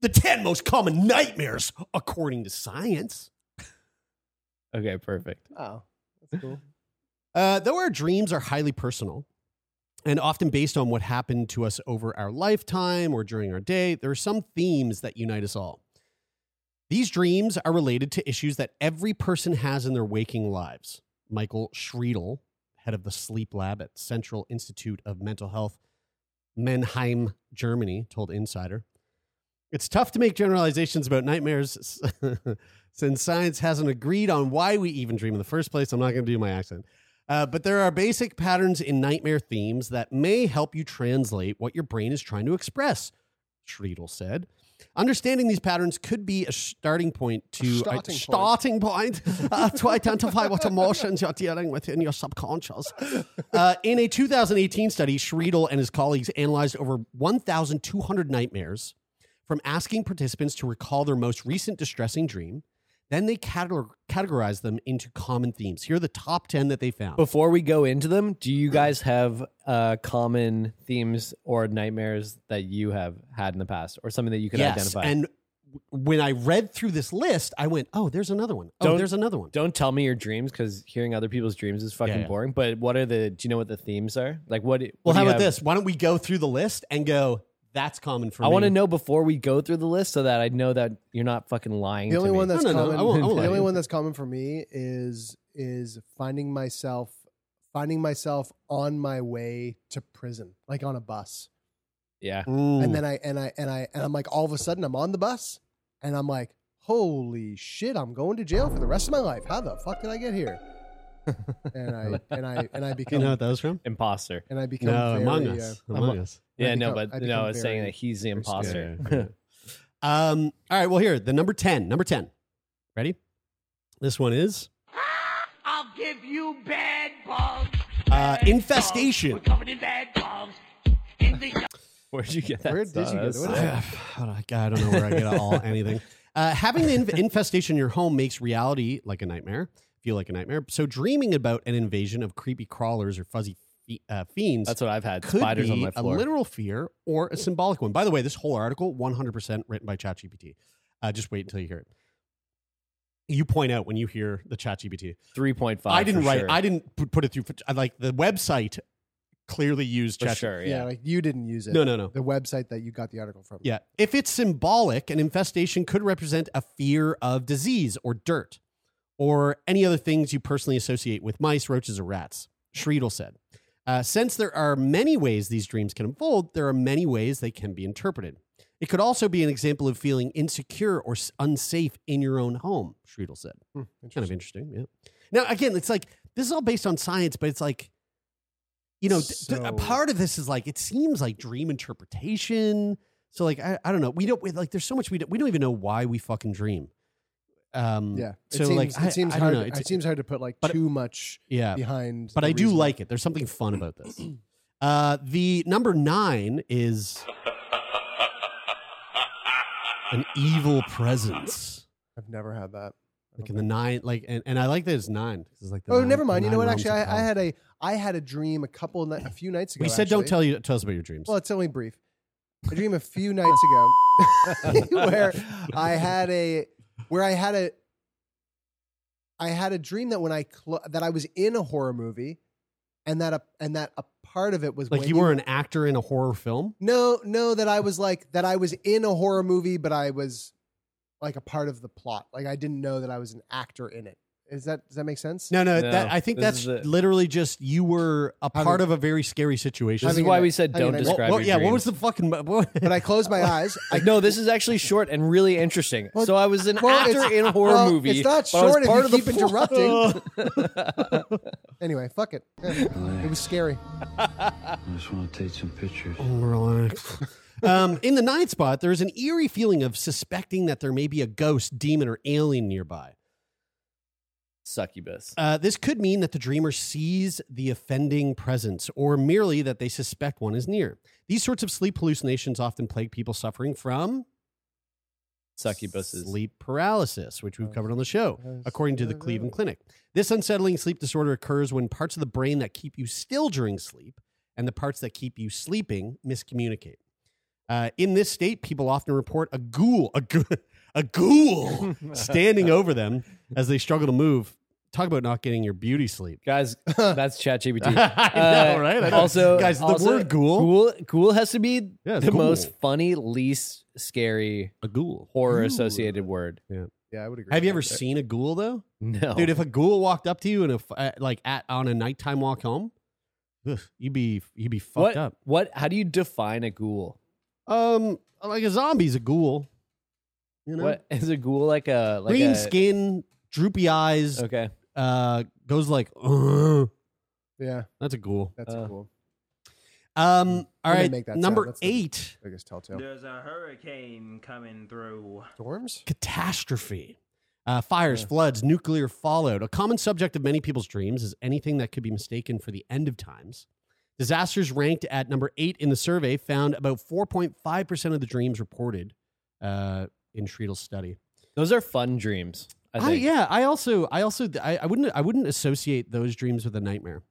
Speaker 3: The 10 most common nightmares according to science.
Speaker 4: Okay, perfect.
Speaker 5: Oh, that's cool.
Speaker 3: Uh, though our dreams are highly personal and often based on what happened to us over our lifetime or during our day, there are some themes that unite us all. These dreams are related to issues that every person has in their waking lives. Michael Schriedel, head of the sleep lab at Central Institute of Mental Health, Mannheim, Germany, told Insider. It's tough to make generalizations about nightmares since science hasn't agreed on why we even dream in the first place. I'm not going to do my accent. Uh, but there are basic patterns in nightmare themes that may help you translate what your brain is trying to express, Schriedel said. Understanding these patterns could be a starting point to uh,
Speaker 5: starting point.
Speaker 3: starting point, uh, to identify what emotions you're dealing with in your subconscious. Uh, in a 2018 study, Schriedel and his colleagues analyzed over 1,200 nightmares from asking participants to recall their most recent distressing dream. Then they categor- categorized them into common themes. Here are the top 10 that they found.
Speaker 4: Before we go into them, do you guys have uh, common themes or nightmares that you have had in the past, or something that you could identify?
Speaker 3: And w- when I read through this list, I went, oh, there's another one. Oh,
Speaker 4: Don't-
Speaker 3: there's another one.
Speaker 4: don't tell me your dreams because hearing other people's dreams is fucking
Speaker 3: Yeah, yeah.
Speaker 4: boring. But what are the? Do you know what the themes are? Like what? what
Speaker 3: Well,
Speaker 4: do
Speaker 3: how
Speaker 4: you
Speaker 3: about
Speaker 4: have-
Speaker 3: this? Why don't we go through the list and go, that's common for
Speaker 4: I
Speaker 3: me.
Speaker 4: want to know before we go through the list so that I know that you're not fucking lying.
Speaker 5: The only
Speaker 4: to me.
Speaker 5: one that's
Speaker 3: No, no, no,
Speaker 5: common.
Speaker 3: I won't- I won't
Speaker 5: the
Speaker 3: lie.
Speaker 5: only one that's common for me is is finding myself finding myself on my way to prison, like on a bus,
Speaker 4: yeah.
Speaker 3: Mm.
Speaker 5: and then I and I and I and I'm like all of a sudden I'm on the bus, and I'm like, holy shit, I'm going to jail for the rest of my life. How the fuck did I get here? and I and I and I
Speaker 3: you
Speaker 5: become
Speaker 3: know what that was from?
Speaker 4: Imposter.
Speaker 5: and I become
Speaker 3: No,
Speaker 5: very,
Speaker 3: Among
Speaker 5: uh,
Speaker 3: Us. Among Us.
Speaker 4: Yeah,
Speaker 5: become-
Speaker 4: no,
Speaker 5: I
Speaker 4: but
Speaker 5: become
Speaker 4: no, it's saying
Speaker 5: very
Speaker 4: that he's the
Speaker 5: scared.
Speaker 4: imposter.
Speaker 3: Yeah, yeah, Um, all right, well, here, the number 10. Number 10. Ready? This one is
Speaker 6: I'll give you bad bugs.
Speaker 3: uh, infestation.
Speaker 6: covered in bad bugs. In the
Speaker 4: Where'd you get that?
Speaker 5: Where did
Speaker 4: stuff?
Speaker 5: you get
Speaker 4: That's-
Speaker 5: it? What is
Speaker 3: I I don't know where I get all anything. Uh, having the inv- infestation in your home makes reality like a nightmare, feel like a nightmare. So dreaming about an invasion of creepy crawlers or fuzzy fe- uh, fiends
Speaker 4: That's what I've had.
Speaker 3: could
Speaker 4: Spiders
Speaker 3: be
Speaker 4: on my
Speaker 3: a
Speaker 4: floor.
Speaker 3: literal fear or a symbolic one. By the way, this whole article 100% written by ChatGPT. Uh, just wait until you hear it. You point out when you hear the ChatGPT.
Speaker 4: Three point five.
Speaker 3: I didn't write.
Speaker 4: Sure.
Speaker 3: I didn't pu- put it through. I Like the website clearly used
Speaker 4: for
Speaker 3: ChatGPT.
Speaker 4: sure.
Speaker 5: yeah,
Speaker 4: Yeah.
Speaker 5: like you didn't use it.
Speaker 3: No, no, no.
Speaker 5: The website that you got the article from.
Speaker 3: Yeah. If it's symbolic, an infestation could represent a fear of disease or dirt or any other things you personally associate with mice, roaches, or rats, Schriedel said. Uh, since there are many ways these dreams can unfold, there are many ways they can be interpreted. It could also be an example of feeling insecure or s- unsafe in your own home, Schriedel said.
Speaker 5: Hmm,
Speaker 3: kind of interesting. Yeah. Now, again, it's like this is all based on science, but it's like, you know, th- th- a
Speaker 5: So-
Speaker 3: part of this is like it seems like dream interpretation. So like I, I don't know. We don't we, like. There's so much we don't, we don't even know why we fucking dream. Um,
Speaker 5: Yeah. It
Speaker 3: So
Speaker 5: seems,
Speaker 3: like I,
Speaker 5: it seems
Speaker 3: I
Speaker 5: hard.
Speaker 3: don't know. It's,
Speaker 5: it seems hard to put like
Speaker 3: but-
Speaker 5: too much
Speaker 3: yeah,
Speaker 5: behind.
Speaker 3: Uh, but
Speaker 5: the
Speaker 3: I do
Speaker 5: reason.
Speaker 3: like it. There's something fun about this. Uh, the number nine is an evil presence.
Speaker 5: I've never had that.
Speaker 3: Like in the nine, like and, and I like that it's nine. 'cause It's like the
Speaker 5: oh,
Speaker 3: nine-
Speaker 5: never mind. You
Speaker 3: nine
Speaker 5: know what?
Speaker 3: realms
Speaker 5: Actually,
Speaker 3: of
Speaker 5: I, I
Speaker 3: hell.
Speaker 5: had a I had a dream a couple ni- a few nights ago.
Speaker 3: We said don't
Speaker 5: actually.
Speaker 3: tell you tell us about your dreams.
Speaker 5: Well, it's only brief. A dream a few nights ago where I had a where I had a I had a dream that when I cl- that I was in a horror movie and that a and that a part of it was
Speaker 3: like
Speaker 5: when
Speaker 3: you were an actor in a horror film.
Speaker 5: No, no, that I was like that I was in a horror movie but I was like a part of the plot. Like I didn't know that I was an actor in it. Is that does that make sense?
Speaker 3: No, no,
Speaker 4: No,
Speaker 3: that, I think
Speaker 4: this
Speaker 3: that's
Speaker 4: is it.
Speaker 3: literally just you were a
Speaker 5: Having-
Speaker 3: part of a very scary situation.
Speaker 4: This is
Speaker 5: Having
Speaker 4: why
Speaker 5: an-
Speaker 4: we said
Speaker 5: having
Speaker 4: don't
Speaker 5: an-
Speaker 4: describe
Speaker 3: What- what-
Speaker 4: your
Speaker 3: yeah, what was
Speaker 4: dreams.
Speaker 3: the fucking? What,
Speaker 5: But I closed my eyes. I
Speaker 4: no, this is actually short and really interesting.
Speaker 5: Well,
Speaker 4: so I was an
Speaker 5: well,
Speaker 4: actor
Speaker 5: it's-
Speaker 4: in a horror
Speaker 5: well,
Speaker 4: movie.
Speaker 5: it's not
Speaker 4: but I was
Speaker 5: short if
Speaker 4: part
Speaker 5: you
Speaker 4: of the
Speaker 5: keep
Speaker 4: plot.
Speaker 5: interrupting. Anyway, fuck it. It was scary.
Speaker 6: I just want to take some pictures.
Speaker 3: Oh, relax. um, in the ninth spot, there is an eerie feeling of suspecting that there may be a ghost, demon, or alien nearby.
Speaker 4: Succubus.
Speaker 3: Uh, this could mean that the dreamer sees the offending presence or merely that they suspect one is near. These sorts of sleep hallucinations often plague people suffering from
Speaker 4: Succubuses.
Speaker 3: sleep paralysis, which
Speaker 4: Oh.
Speaker 3: we've covered on the show, according
Speaker 4: Mm-hmm.
Speaker 3: to the Cleveland Clinic. This unsettling sleep disorder occurs when parts of the brain that keep you still during sleep and the parts that keep you sleeping miscommunicate. Uh, in this state, people often report a ghoul, a, gh- a ghoul standing over them as they struggle to move. Talk about not getting your beauty sleep.
Speaker 4: Guys, that's ChatGPT.
Speaker 3: I know,
Speaker 4: Uh,
Speaker 3: right? I know.
Speaker 4: Also,
Speaker 3: guys, the
Speaker 4: also,
Speaker 3: word ghoul,
Speaker 4: ghoul, ghoul has to be
Speaker 3: Yeah,
Speaker 4: the
Speaker 3: ghoul.
Speaker 4: most funny, least scary
Speaker 3: a ghoul.
Speaker 4: horror
Speaker 3: Ghoul.
Speaker 4: associated word.
Speaker 5: Yeah, I would agree.
Speaker 3: Have you ever
Speaker 5: with that.
Speaker 3: seen a ghoul though?
Speaker 4: No,
Speaker 3: Dude, if a ghoul walked up to you and if uh, like at on a nighttime walk home, ugh, you'd be you'd be fucked
Speaker 4: what,
Speaker 3: up.
Speaker 4: what? How do you define a ghoul?
Speaker 3: Um, like a zombie's a ghoul. You know,
Speaker 4: What is a ghoul like a like
Speaker 3: green
Speaker 4: a,
Speaker 3: skin, droopy eyes,
Speaker 4: Okay,
Speaker 3: uh, goes like, "Ugh."
Speaker 5: Yeah,
Speaker 3: that's a ghool.
Speaker 5: that's
Speaker 4: Uh,
Speaker 5: cool.
Speaker 3: Um, all
Speaker 5: didn't
Speaker 3: right,
Speaker 5: make that sound.
Speaker 3: number
Speaker 5: That's the-
Speaker 3: eight,
Speaker 5: Biggest telltale.
Speaker 8: There's a hurricane coming through.
Speaker 5: Storms.
Speaker 3: catastrophe. Uh, fires, floods, nuclear fallout. A common subject of many people's dreams is anything that could be mistaken for the end of times. Disasters ranked at number eight in the survey found about 4.5% of the dreams reported uh, in Schredel's study.
Speaker 4: those are fun dreams. I
Speaker 3: I
Speaker 4: think.
Speaker 3: yeah, I also, I also, I, I wouldn't, I wouldn't associate those dreams with a nightmare.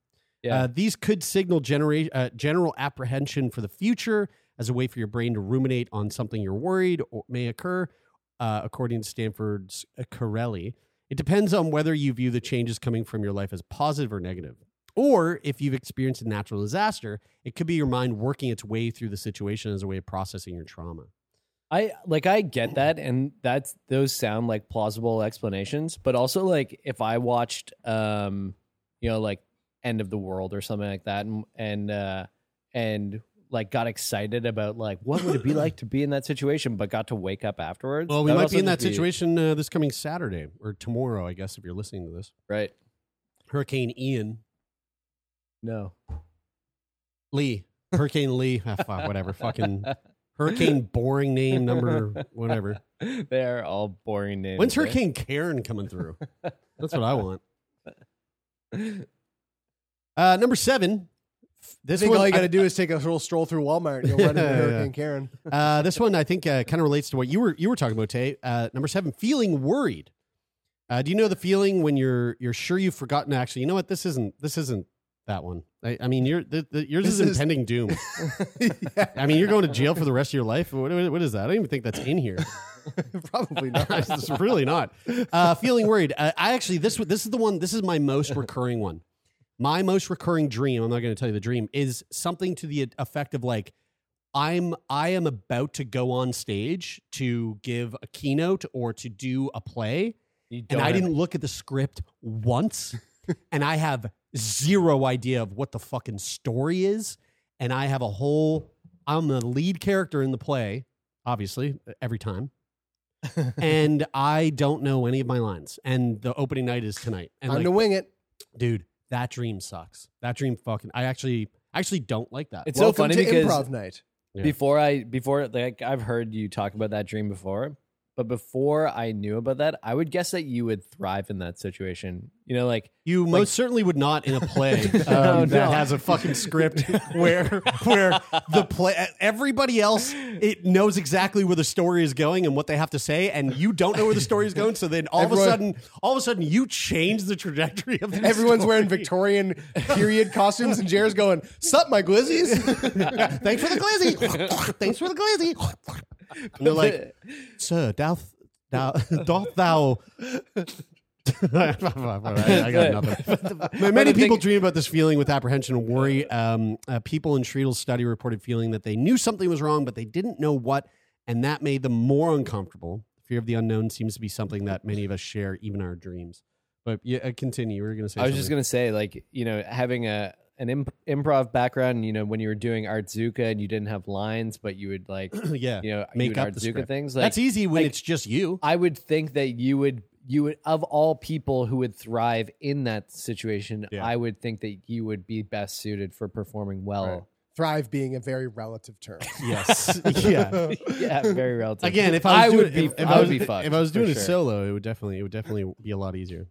Speaker 4: Yeah.
Speaker 3: Uh, these could signal genera- uh, general apprehension for the future as a way for your brain to ruminate on something you're worried or may occur, uh, according to Stanford's uh, Corelli. It depends on whether you view the changes coming from your life as positive or negative. Or if you've experienced a natural disaster, it could be your mind working its way through the situation as a way of processing your trauma.
Speaker 4: I like I get that and that's those sound like plausible explanations, but also like if I watched um you know like End of the World or something like that and and uh and like got excited about like what would it be like to be in that situation but got to wake up afterwards.
Speaker 3: Well, we
Speaker 4: would
Speaker 3: might
Speaker 4: also
Speaker 3: be in that
Speaker 4: just
Speaker 3: situation uh, this coming Saturday or tomorrow, I guess, if you're listening to this.
Speaker 4: right?
Speaker 3: Hurricane Ian.
Speaker 4: No.
Speaker 3: Lee. Hurricane Lee. Ah, fuck, whatever. Fucking Hurricane boring name number, whatever.
Speaker 4: They're all boring names.
Speaker 3: When's
Speaker 4: right?
Speaker 3: Hurricane Karen coming through? That's what I want. Uh, number seven.
Speaker 5: I
Speaker 3: This
Speaker 5: think
Speaker 3: one,
Speaker 5: all you got
Speaker 3: I-
Speaker 5: to do is take a little stroll through Walmart. and You'll run into
Speaker 3: Yeah, yeah.
Speaker 5: Hurricane Karen.
Speaker 3: uh, this one I think uh, kind of relates to what you were you were talking about, Tay. Uh, number seven, feeling worried. Uh, do you know the feeling when you're you're sure you've forgotten? Actually, you know what? This isn't this isn't that one. I, I mean, you're, the, the, yours
Speaker 5: This
Speaker 3: is,
Speaker 5: is-
Speaker 3: impending doom. I mean, you're going to jail for the rest of your life. What, what- what is that? I don't even think that's in here.
Speaker 5: Probably not.
Speaker 3: it's really not. Uh, feeling worried. Uh, I actually this this is the one. This is my most recurring one. My most recurring dream. I'm not going to tell you the dream is something to the effect of like I'm I am about to go on stage to give a keynote or to do a play,
Speaker 4: You don't
Speaker 3: and I
Speaker 4: have-
Speaker 3: didn't look at the script once, and I have zero idea of what the fucking story is, and I have a whole. I'm the lead character in the play, obviously every time, and I don't know any of my lines. And the opening night is tonight, and
Speaker 5: Time
Speaker 3: like,
Speaker 5: to wing it.
Speaker 3: dude, that dream sucks. That dream fucking. I actually I actually don't like that.
Speaker 4: It's so
Speaker 5: Welcome
Speaker 4: funny
Speaker 5: to
Speaker 4: because
Speaker 5: improv night.
Speaker 3: Yeah.
Speaker 4: before I before like I've heard you talk about that dream before, But before I knew about that, I would guess that you would thrive in that situation. You know, like
Speaker 3: You most certainly would not in a play um,
Speaker 4: No,
Speaker 3: that
Speaker 4: no.
Speaker 3: has a fucking script where where the play everybody else it knows exactly where the story is going and what they have to say, and you don't know where the story is going. So then all of a
Speaker 5: Everyone-
Speaker 3: sudden, all of a sudden, you change the trajectory of the
Speaker 5: Everyone's
Speaker 3: story.
Speaker 5: wearing Victorian period costumes, and Jared's going, "Sup, my glizzies? Thanks for the glizzy. Thanks for the glizzy."
Speaker 3: And they're like, "Sir, doth thou, doth thou?" I I got nothing. Many people dream about this feeling with apprehension and worry. Um, uh, people in Shredel's study reported feeling that they knew something was wrong, but they didn't know what, and that made them more uncomfortable. Fear of the unknown seems to be something that many of us share, even our dreams. But yeah, uh, continue. We were going to say.
Speaker 4: I was just gonna say, like, you know, having a an imp- improv background, you know, when you were doing Art Zuka and you didn't have lines, but you would like,
Speaker 3: gonna, yeah,
Speaker 4: you know,
Speaker 3: make
Speaker 4: you would
Speaker 3: up
Speaker 4: Art
Speaker 3: the
Speaker 4: Zuka
Speaker 3: script.
Speaker 4: things. Like,
Speaker 3: That's e-, easy when
Speaker 4: like-
Speaker 3: it's just you.
Speaker 4: I would think that you would, you would, of all people who would thrive in that situation,
Speaker 3: Yeah.
Speaker 4: I would think that you would be best suited for performing well.
Speaker 5: Thrive being a very relative term.
Speaker 3: Yes. yeah.
Speaker 4: Yeah, very relative.
Speaker 3: Again, if I was doing,
Speaker 4: would be,
Speaker 3: if, if
Speaker 4: I would
Speaker 3: was,
Speaker 4: be fucked.
Speaker 3: If I was
Speaker 4: for
Speaker 3: doing it
Speaker 4: sure.
Speaker 3: solo, it would definitely, it would definitely be a lot easier.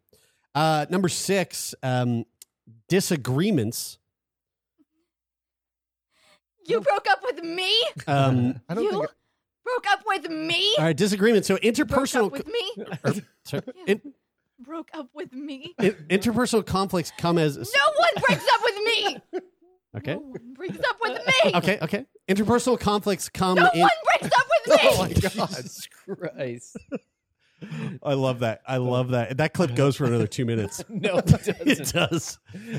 Speaker 3: Uh, number six, um, disagreements.
Speaker 9: You broke up with me?
Speaker 3: Um,
Speaker 5: I don't
Speaker 9: You
Speaker 5: think
Speaker 9: broke up with me?
Speaker 3: all right, disagreements. So
Speaker 9: Broke up
Speaker 3: interpersonal,
Speaker 9: with me?
Speaker 3: sorry,
Speaker 9: Yeah.
Speaker 3: in-
Speaker 9: Broke up with me?
Speaker 3: in- interpersonal conflicts come as
Speaker 9: No one breaks up with me!
Speaker 3: okay,
Speaker 9: No one breaks up with me!
Speaker 3: okay, okay. Interpersonal conflicts come.
Speaker 9: No
Speaker 3: in, Oh
Speaker 9: one breaks up with me!
Speaker 4: Jesus Christ.
Speaker 3: I love that. I love that. That clip goes for another two minutes.
Speaker 4: No, it doesn't.
Speaker 3: it does.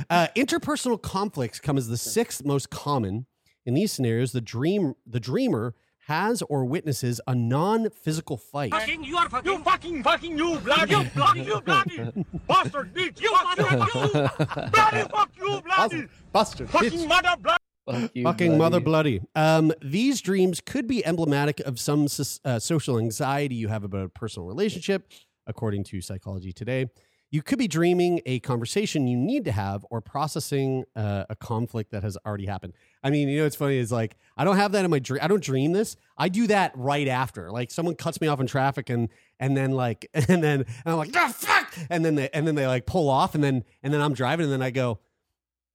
Speaker 3: Uh, interpersonal conflicts come as the sixth most common. In these scenarios, the dream the dreamer has or witnesses a non-physical fight.
Speaker 6: you are fucking, you fucking, fucking, you bloody, you bloody, you bloody, bastard, bitch, you bastard, you bloody, fuck you, bloody,
Speaker 5: Bastard.
Speaker 6: fucking mother, bloody.
Speaker 4: Fuck you,
Speaker 3: Fucking mother
Speaker 4: buddy.
Speaker 3: bloody. Um, these dreams could be emblematic of some sus- uh, social anxiety you have about a personal relationship, according to Psychology Today. You could be dreaming a conversation you need to have or processing uh, a conflict that has already happened. I mean, you know, what's funny is like, I don't have that in my dream. I don't dream this. I do that right after. Like, someone cuts me off in traffic and, and then like, and then and I'm like, ah, fuck. And then they, and then they like pull off and then, and then I'm driving and then I go,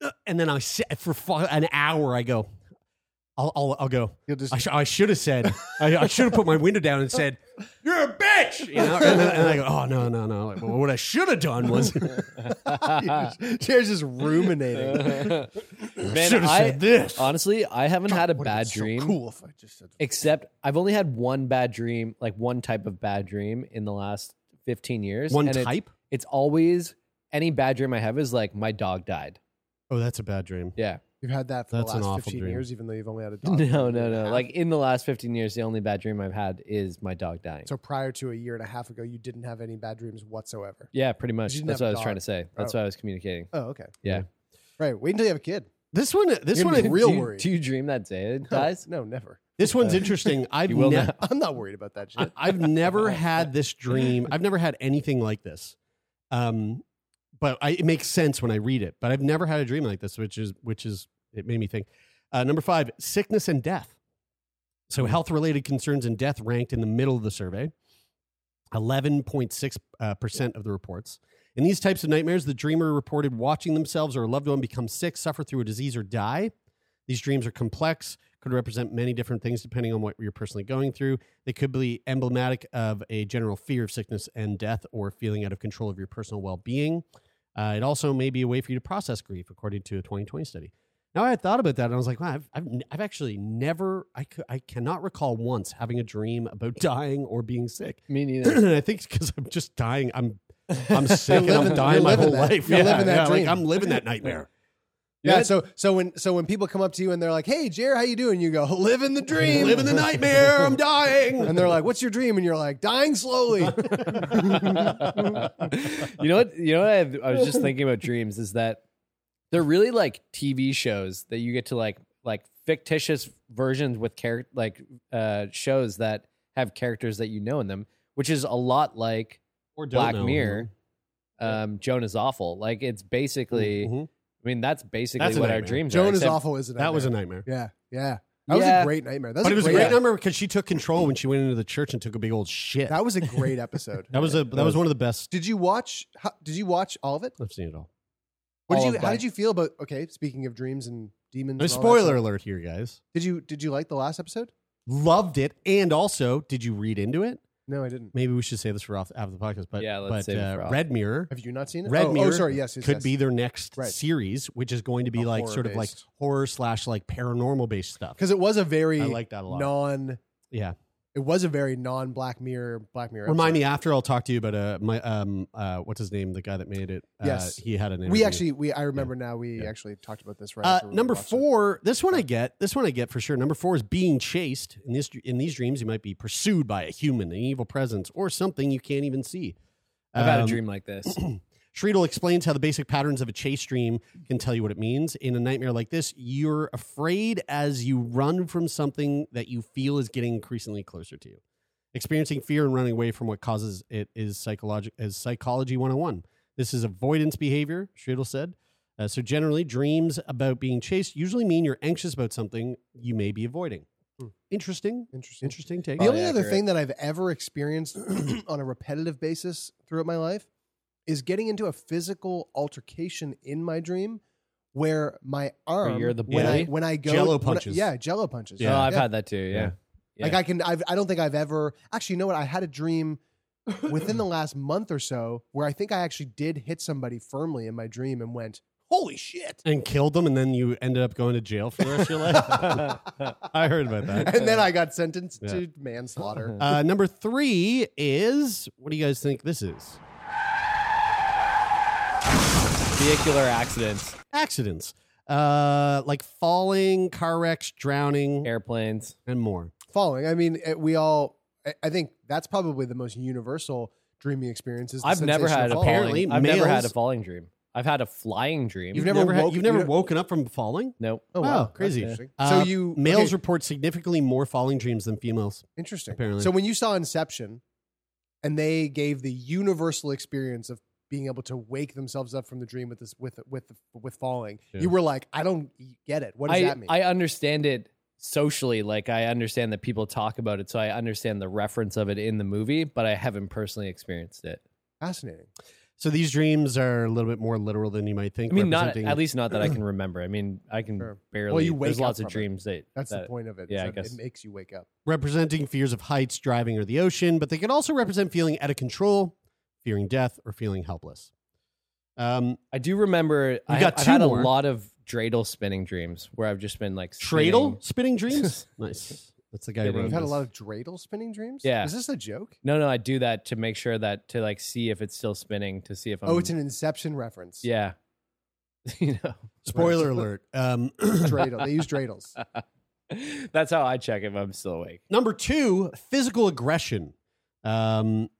Speaker 3: "Ugh," and then I sit for fu- an hour. I go, I'll, I'll, I'll go.
Speaker 5: You'll just
Speaker 3: I, sh- I should have said, I, I should have put my window down and said, "You're a bitch," you know. And, then, and I go, "Oh no, no, no!" Like, well, what I should have done was
Speaker 5: Jared's just
Speaker 3: Uh,
Speaker 5: ruminating.
Speaker 4: Man,
Speaker 3: Should've
Speaker 4: I-
Speaker 3: said this.
Speaker 4: Honestly, I haven't had a
Speaker 5: Would've been
Speaker 4: bad
Speaker 5: so
Speaker 4: dream.
Speaker 5: cool if I just said.
Speaker 4: Except I've only had one bad dream, like one type of bad dream in the last 15 years.
Speaker 3: one
Speaker 4: and it-
Speaker 3: type.
Speaker 4: it's always any bad dream I have is like my dog died.
Speaker 3: Oh, that's a bad dream.
Speaker 4: Yeah.
Speaker 5: You've had that for the
Speaker 3: That's an
Speaker 5: last
Speaker 3: awful
Speaker 5: 15
Speaker 3: dream.
Speaker 5: years, even though you've only had a dog. for a
Speaker 4: No,
Speaker 5: year and
Speaker 4: no,
Speaker 5: a
Speaker 4: no.
Speaker 5: half.
Speaker 4: Like in the last 15 years, the only bad dream I've had is my dog dying.
Speaker 5: so, prior to a year and a half ago, you didn't have any bad dreams whatsoever.
Speaker 4: yeah, pretty much.
Speaker 5: You didn't
Speaker 4: That's
Speaker 5: have
Speaker 4: what
Speaker 5: a
Speaker 4: I was trying
Speaker 5: dog.
Speaker 4: to say. That's
Speaker 5: Oh.
Speaker 4: what I was communicating.
Speaker 5: Oh, okay.
Speaker 4: Yeah.
Speaker 5: Right. Wait until you have a kid.
Speaker 3: This one, this
Speaker 5: You're
Speaker 3: one,
Speaker 5: gonna be real
Speaker 4: do, you-
Speaker 5: worried.
Speaker 4: Do you dream that day it dies?
Speaker 5: No, never.
Speaker 3: this one's interesting. I've
Speaker 4: You will
Speaker 3: ne-
Speaker 4: now.
Speaker 5: I'm not worried about that shit.
Speaker 3: I, I've never had this dream. I've never had anything like this. Um, but I, it makes sense when I read it. But I've never had a dream like this, which is which is it made me think. Uh, number five, sickness and death. So health related concerns and death ranked in the middle of the survey. Eleven point six uh, percent of the reports. In these types of nightmares, the dreamer reported watching themselves or a loved one become sick, suffer through a disease, or die. These dreams are complex, could represent many different things depending on what you're personally going through. They could be emblematic of a general fear of sickness and death or feeling out of control of your personal well being. Uh, it also may be a way for you to process grief, according to a 2020 study. Now, I had thought about that and I was like, wow, I've, I've, I've actually never, I, cou- I cannot recall once having a dream about dying or being sick.
Speaker 4: Me neither.
Speaker 3: and I think because I'm just dying. I'm I'm sick and
Speaker 5: You're
Speaker 3: I'm
Speaker 5: living-
Speaker 3: dying
Speaker 5: you're
Speaker 3: my
Speaker 5: living
Speaker 3: whole
Speaker 5: that-
Speaker 3: life.
Speaker 5: you're living that
Speaker 3: like,
Speaker 5: dream.
Speaker 3: I'm living that nightmare.
Speaker 5: Yeah. So so when so when people come up to you and they're like, "Hey, Jared, how you doing?" You go, "Living the dream,
Speaker 3: living the nightmare. I'm dying.
Speaker 5: And they're like, "What's your dream?" And you're like, "Dying slowly."
Speaker 4: you know what? You know what? I, I was just thinking about dreams is that they're really like TV shows that you get to like like fictitious versions with character like uh shows that have characters that you know in them, which is a lot like
Speaker 3: or don't
Speaker 4: Black
Speaker 3: know.
Speaker 4: Mirror. Um, Joan is awful. Like it's basically.
Speaker 3: Mhm.
Speaker 4: I mean, that's basically
Speaker 3: That's a
Speaker 4: what our
Speaker 3: nightmare.
Speaker 4: dreams are.
Speaker 5: Mm-hmm. Joan is
Speaker 4: except-
Speaker 5: awful, isn't it?
Speaker 3: That was a nightmare.
Speaker 5: yeah, yeah. That was
Speaker 4: Yeah.
Speaker 5: a great nightmare. That was a
Speaker 3: but it was
Speaker 5: great,
Speaker 3: a great number because she took control when she went into the church and took a big old shit.
Speaker 5: That was a great episode.
Speaker 3: That was a that was one of the best.
Speaker 5: Did you watch? How, did you watch all of it?
Speaker 3: I've seen it all.
Speaker 5: What
Speaker 4: All
Speaker 5: did you?
Speaker 4: of
Speaker 5: How
Speaker 4: Bite.
Speaker 5: did you feel about? Okay, speaking of dreams and demons.
Speaker 3: No
Speaker 5: and all that
Speaker 3: spoiler
Speaker 5: stuff,
Speaker 3: alert here, guys.
Speaker 5: Did you? Did you like the last episode?
Speaker 3: Loved it, and also, did you read into it?
Speaker 5: No, I didn't.
Speaker 3: Maybe we should say this for off after the podcast, but
Speaker 4: Yeah, let's
Speaker 3: but
Speaker 4: save it for
Speaker 3: uh,
Speaker 4: off.
Speaker 3: Red Mirror.
Speaker 5: Have you not seen it?
Speaker 3: Red
Speaker 5: oh,
Speaker 3: Mirror
Speaker 5: Oh, sorry. Yes, yes
Speaker 3: could
Speaker 5: yes.
Speaker 3: be their next
Speaker 5: Right.
Speaker 3: series, which is going to be
Speaker 5: A
Speaker 3: like sort of like
Speaker 5: horror-based.
Speaker 3: horror slash like paranormal based stuff.
Speaker 5: because it was a very
Speaker 3: I like that a lot.
Speaker 5: non.
Speaker 3: Yeah.
Speaker 5: It was a very non Black Mirror Black Mirror.
Speaker 3: Remind
Speaker 5: episode.
Speaker 3: me after I'll talk to you about uh my um uh what's his name the guy that made it uh,
Speaker 5: Yes.
Speaker 3: he had an
Speaker 5: We
Speaker 3: interview.
Speaker 5: actually we I remember now we
Speaker 3: Yeah.
Speaker 5: actually talked about this right.
Speaker 3: uh,
Speaker 5: after we
Speaker 3: number
Speaker 5: watched it.
Speaker 3: four this one I get this one I get for sure number four is being chased in this in these dreams you might be pursued by a human an evil presence or something you can't even see
Speaker 4: I've had a
Speaker 3: Um,
Speaker 4: dream like this.
Speaker 3: Shreedle explains how the basic patterns of a chase dream can tell you what it means. In a nightmare like this, you're afraid as you run from something that you feel is getting increasingly closer to you. Experiencing fear and running away from what causes it is psychologic is psychology 101. This is avoidance behavior, Shreedle said. Uh, so generally, dreams about being chased usually mean you're anxious about something you may be avoiding. Interesting,
Speaker 5: Interesting.
Speaker 3: interesting take.
Speaker 5: Hmm. The only other thing that I've ever experienced on a repetitive basis throughout my life is getting into a physical altercation in my dream where my arm
Speaker 4: you're the
Speaker 5: um, when I
Speaker 4: bully?
Speaker 5: when I go
Speaker 3: Jello
Speaker 5: when I-
Speaker 3: punches.
Speaker 5: yeah, jello punches.
Speaker 4: Yeah.
Speaker 3: Yeah.
Speaker 4: Oh, I've had that too. Yeah.
Speaker 3: Yeah.
Speaker 4: yeah.
Speaker 5: Like I can I've I don't think I've ever actually you know what I had a dream within the last month or so where I think I actually did hit somebody firmly in my dream and went, "Holy shit."
Speaker 3: and killed them, and then you ended up going to jail for the rest of your life. I heard about that.
Speaker 5: and then I got sentenced
Speaker 3: Yeah.
Speaker 5: to manslaughter.
Speaker 3: Uh, number three is what do you guys think this is?
Speaker 4: Vehicular accidents,
Speaker 3: Accidents, uh, like falling, car wrecks, drowning,
Speaker 4: airplanes.
Speaker 3: and more.
Speaker 5: following. I mean, eh, we all. I- I think that's probably the most universal dreaming experience. Is the
Speaker 4: I've never
Speaker 5: sensation of
Speaker 4: had a
Speaker 5: falling.
Speaker 3: Apparently,
Speaker 4: falling. I've never had a
Speaker 3: males-
Speaker 4: falling dream. I've had a flying dream.
Speaker 5: You've never
Speaker 3: had-
Speaker 5: woke-
Speaker 3: you've never
Speaker 5: you-
Speaker 3: woken up from falling.
Speaker 4: Nope.
Speaker 5: Oh,
Speaker 3: wow,
Speaker 5: wow, That's
Speaker 3: crazy.
Speaker 5: interesting.
Speaker 3: Uh,
Speaker 5: so you
Speaker 3: males
Speaker 5: okay,
Speaker 3: report significantly more falling dreams than females.
Speaker 5: interesting.
Speaker 3: apparently.
Speaker 5: So when you saw Inception, and they gave the universal experience of being able to wake themselves up from the dream with this with with with falling,
Speaker 3: Yeah.
Speaker 5: you were like, I don't e, get it. What does
Speaker 4: I,
Speaker 5: that mean?
Speaker 4: I understand it socially. Like I understand that people talk about it, so I understand the reference of it in the movie, but I haven't personally experienced it.
Speaker 5: Fascinating.
Speaker 3: So these dreams are a little bit more literal than you might think.
Speaker 4: I mean, not
Speaker 3: representing-
Speaker 4: at least not that I can remember. I mean, I can
Speaker 5: Sure.
Speaker 4: barely.
Speaker 5: Well, you wake
Speaker 4: there's
Speaker 5: up
Speaker 4: lots of
Speaker 5: from it.
Speaker 4: dreams that
Speaker 5: That's the
Speaker 4: that-
Speaker 5: point of it.
Speaker 4: yeah,
Speaker 5: is
Speaker 4: I
Speaker 5: that
Speaker 4: guess.
Speaker 5: it makes you wake up.
Speaker 3: representing fears of heights, driving, or the ocean, but they can also represent feeling out of control, fearing death, or feeling helpless. Um,
Speaker 4: I do remember. I,
Speaker 3: got
Speaker 4: have I've
Speaker 3: two
Speaker 4: had
Speaker 3: more.
Speaker 4: a lot of dreidel spinning dreams where I've just been like spinning.
Speaker 3: Dreidel spinning dreams. nice. That's the guy who
Speaker 4: Spinning.
Speaker 3: wrote
Speaker 5: You've had a
Speaker 3: this.
Speaker 5: lot of dreidel spinning dreams.
Speaker 4: Yeah.
Speaker 5: Is this a joke?
Speaker 4: No, no, I do that to make sure that to like see if it's still spinning to see if I'm.
Speaker 5: oh, it's an Inception reference.
Speaker 4: yeah. you know,
Speaker 3: Spoiler alert. Um,
Speaker 5: Dreidel. They use dreidels.
Speaker 4: that's how I check if I'm still awake.
Speaker 3: number two, physical aggression. Um,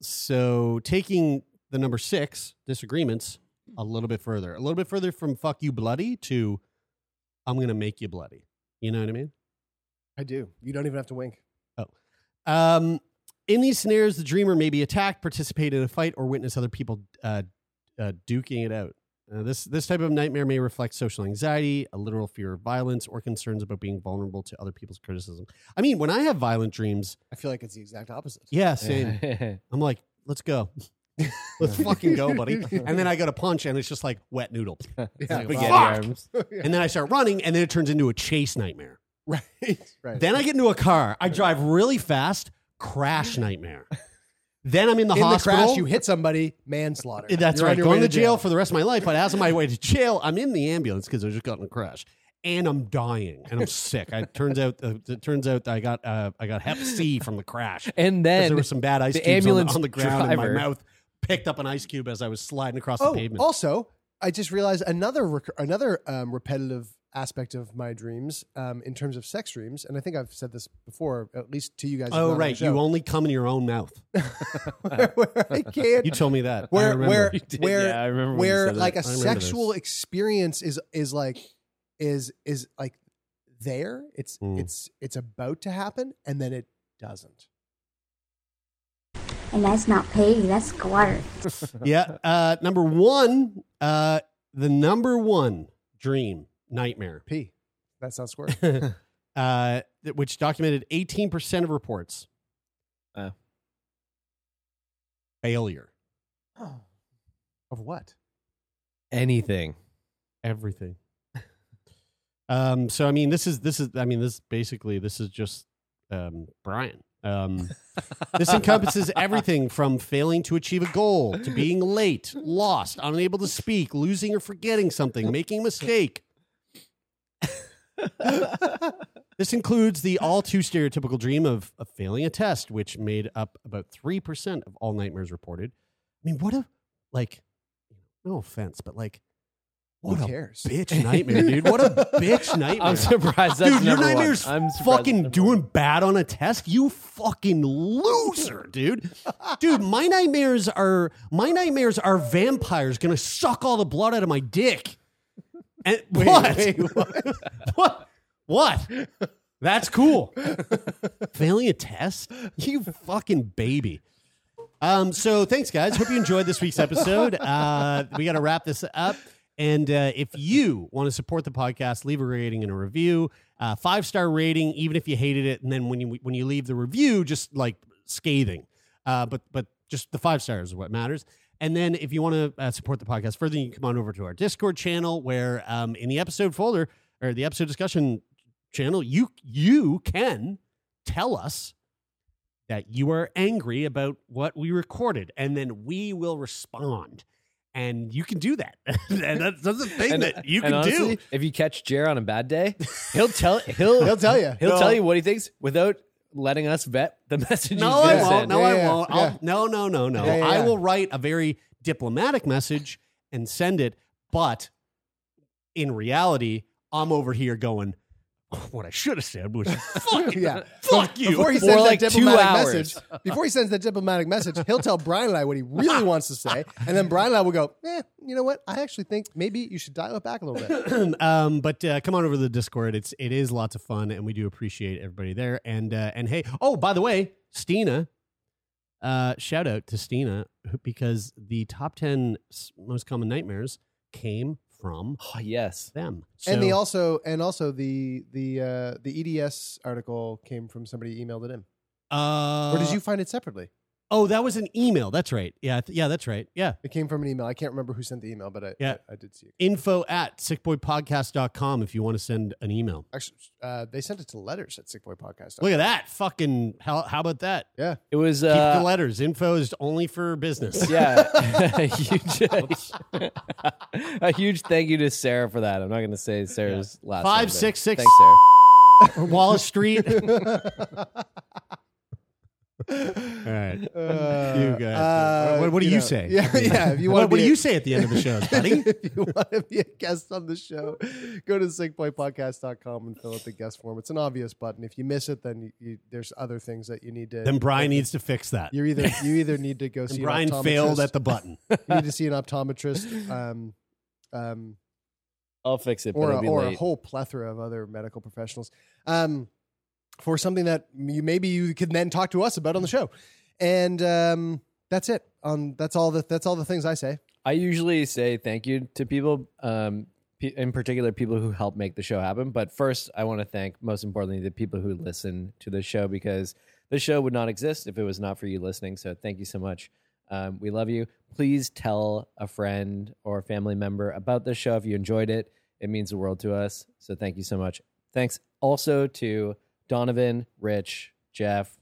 Speaker 3: so taking the number six, disagreements, a little bit further, a little bit further from fuck you bloody to I'm going to make you bloody. You know what I mean?
Speaker 5: I do. You don't even have to wink.
Speaker 3: Um, in these scenarios, the dreamer may be attacked, participate in a fight, or witness other people uh, uh, duking it out. Uh, this this type of nightmare may reflect social anxiety, a literal fear of violence, or concerns about being vulnerable to other people's criticism. I mean, when I have violent dreams,
Speaker 5: I feel like it's the exact opposite.
Speaker 3: yeah, same. I'm like, let's go, let's fucking go, buddy. And then I go to punch, and it's just like wet noodle. It's like,
Speaker 4: Spaghetti
Speaker 3: fuck!
Speaker 4: arms.
Speaker 3: And then I start running, and then it turns into a chase nightmare.
Speaker 5: Right. Right.
Speaker 3: Then I get into a car. I drive really fast. Crash nightmare. Then I'm in the
Speaker 5: in
Speaker 3: hospital.
Speaker 5: the crash, you hit somebody, manslaughter.
Speaker 3: That's
Speaker 5: You're on
Speaker 3: right.
Speaker 5: your
Speaker 3: Going
Speaker 5: way
Speaker 3: to jail for the rest of my life. But as on my way to jail, I'm in the ambulance because I just got in a crash, and I'm dying, and I'm sick. I, it turns out, uh, it turns out I got uh, I got Hep C from the crash. 'Cause
Speaker 4: And then
Speaker 3: there was some bad ice
Speaker 4: the
Speaker 3: cubes on the-
Speaker 4: ambulance
Speaker 3: on the, ground, and my
Speaker 4: driver-
Speaker 3: mouth picked up an ice cube as I was sliding across the
Speaker 5: Oh,
Speaker 3: pavement.
Speaker 5: also, I just realized another rec- another um, repetitive aspect of my dreams um, in terms of sex dreams, and I think I've said this before, at least to you guys. if not
Speaker 3: oh
Speaker 5: on
Speaker 3: right,
Speaker 5: the
Speaker 3: you
Speaker 5: show,
Speaker 3: only come in your own mouth.
Speaker 5: where, where I can't.
Speaker 3: You told me that. I
Speaker 5: where
Speaker 3: remember.
Speaker 5: where
Speaker 4: You did,
Speaker 5: where
Speaker 4: yeah, I remember when you
Speaker 5: where
Speaker 4: said
Speaker 5: like
Speaker 3: that.
Speaker 5: a
Speaker 3: I remember this.
Speaker 5: sexual experience is is like is is like there it's
Speaker 3: Mm.
Speaker 5: it's it's about to happen and then it doesn't
Speaker 10: And that's not pig, that's squatter.
Speaker 3: yeah. Uh, number one, uh, the number one dream nightmare
Speaker 5: p that's not square
Speaker 3: uh, th- which documented 18% of reports.
Speaker 4: Oh.
Speaker 3: Failure.
Speaker 5: Of what?
Speaker 4: Anything.
Speaker 3: Everything. um, so I mean, this is this is I mean, this basically this is just um, Brian. Um, this encompasses everything from failing to achieve a goal to being late, lost, unable to speak, losing or forgetting something, making a mistake. This includes the all too stereotypical dream of, of failing a test, which made up about 3% of all nightmares reported. I mean, what a, like, no offense, but like, what
Speaker 5: Who
Speaker 3: a
Speaker 5: cares?
Speaker 3: bitch nightmare, dude. What a bitch nightmare.
Speaker 4: I'm surprised that's
Speaker 3: Dude, your
Speaker 4: number one.
Speaker 3: nightmare's
Speaker 4: I'm surprised
Speaker 3: fucking doing bad on a test. You fucking loser, dude. Dude, my nightmares are, my nightmares are vampires gonna suck all the blood out of my dick. And
Speaker 5: Wait,
Speaker 3: what?
Speaker 5: wait,
Speaker 3: what? what? That's cool. Failing a test? You fucking baby. Um, so thanks, guys. Hope you enjoyed this week's episode. Uh, we got to wrap this up. And uh, if you want to support the podcast, leave a rating and a review. Uh, Five star rating, even if you hated it. And then when you when you leave the review, just like scathing. Uh, but but just the five stars is what matters. And then if you want to uh, support the podcast further, you can come on over to our Discord channel, where um, in the episode folder or the episode discussion channel, you you can tell us that you are angry about what we recorded, and then we will respond. And you can do that. and that's, that's the thing that you can
Speaker 4: and honestly,
Speaker 3: do.
Speaker 4: If you catch Jer on a bad day, he'll tell he'll
Speaker 5: He'll tell ya.
Speaker 4: he'll
Speaker 5: No.
Speaker 4: tell you what he thinks without letting us vet the message.
Speaker 3: No,
Speaker 4: he's
Speaker 3: I
Speaker 4: gonna
Speaker 3: won't.
Speaker 4: send.
Speaker 3: No,
Speaker 5: Yeah,
Speaker 3: I
Speaker 5: yeah,
Speaker 3: won't.
Speaker 5: yeah.
Speaker 3: I'll, no, no, no, no.
Speaker 5: Yeah, yeah,
Speaker 3: I
Speaker 5: yeah.
Speaker 3: will write a very diplomatic message and send it. But in reality, I'm over here going, what I should have said was fucking
Speaker 5: Yeah.
Speaker 3: fuck you.
Speaker 5: Before he
Speaker 4: For
Speaker 5: sends
Speaker 4: like two
Speaker 5: that diplomatic
Speaker 4: hours.
Speaker 5: message, before he sends that diplomatic message, he'll tell Brian and I what he really wants to say, and then Brian and I will go, "Eh, you know what? I actually think maybe you should dial it back a little bit."
Speaker 3: um, but uh, come on over to the Discord. It's it is lots of fun, and we do appreciate everybody there. And uh, and hey, oh by the way, Stina, uh, shout out to Stina who- because the top ten s- most common nightmares came from
Speaker 4: Oh, yes.
Speaker 3: them.
Speaker 5: and they
Speaker 3: So-
Speaker 5: also and also the the uh, the EDS article came from somebody who emailed it in,
Speaker 3: uh,
Speaker 5: or did you find it separately?
Speaker 3: Oh, that was an email. That's right. Yeah, I th- yeah, that's right. Yeah.
Speaker 5: It came from an email. I can't remember who sent the email, but I
Speaker 3: Yeah.
Speaker 5: I, I did see it.
Speaker 3: Info at sickboypodcast.com if you want to send an email.
Speaker 5: Actually, uh, they sent it to letters at sickboypodcast.
Speaker 3: Look at that. Fucking, how, how about that?
Speaker 5: Yeah.
Speaker 4: It was
Speaker 3: Keep
Speaker 4: uh,
Speaker 3: the letters. Info is only for business.
Speaker 4: yeah, a huge, a huge thank you to Sarah for that. I'm not going to say Sarah's last
Speaker 3: Five,
Speaker 4: name, but
Speaker 3: six, six-
Speaker 4: Thanks, Sarah.
Speaker 3: Or Wallace Street. All right.
Speaker 5: Uh,
Speaker 3: you guys.
Speaker 5: uh,
Speaker 3: what, what do you,
Speaker 5: know,
Speaker 3: say?
Speaker 5: Yeah, yeah. If you want,
Speaker 3: what, what do you say at the end of the show, buddy?
Speaker 5: if you want to be a guest on the show, go to sickboypodcast.com and fill out the guest form. It's an obvious button. If you miss it, then you, you, there's other things that you need to.
Speaker 3: then Brian needs to fix that.
Speaker 5: you either you either need to go
Speaker 3: And
Speaker 5: see
Speaker 3: Brian
Speaker 5: an optometrist.
Speaker 3: failed at the button.
Speaker 5: you need to see an optometrist, um, um,
Speaker 4: I'll fix it, but
Speaker 5: or
Speaker 4: it'll
Speaker 5: a,
Speaker 4: be
Speaker 5: or a
Speaker 4: late.
Speaker 5: whole plethora of other medical professionals, um, for something that you maybe you can then talk to us about
Speaker 4: Mm.
Speaker 5: on the show, and um, that's it. Um, that's all the that's all the things I say.
Speaker 4: I usually say thank you to people, um, pe- in particular people who help make the show happen. But first, I want to thank, most importantly, the people who listen to the show because the show would not exist if it was not for you listening. So thank you so much. Um, we love you. Please tell a friend or a family member about this show if you enjoyed it. It means the world to us. So thank you so much. Thanks also to Donovan, Rich, Jeff,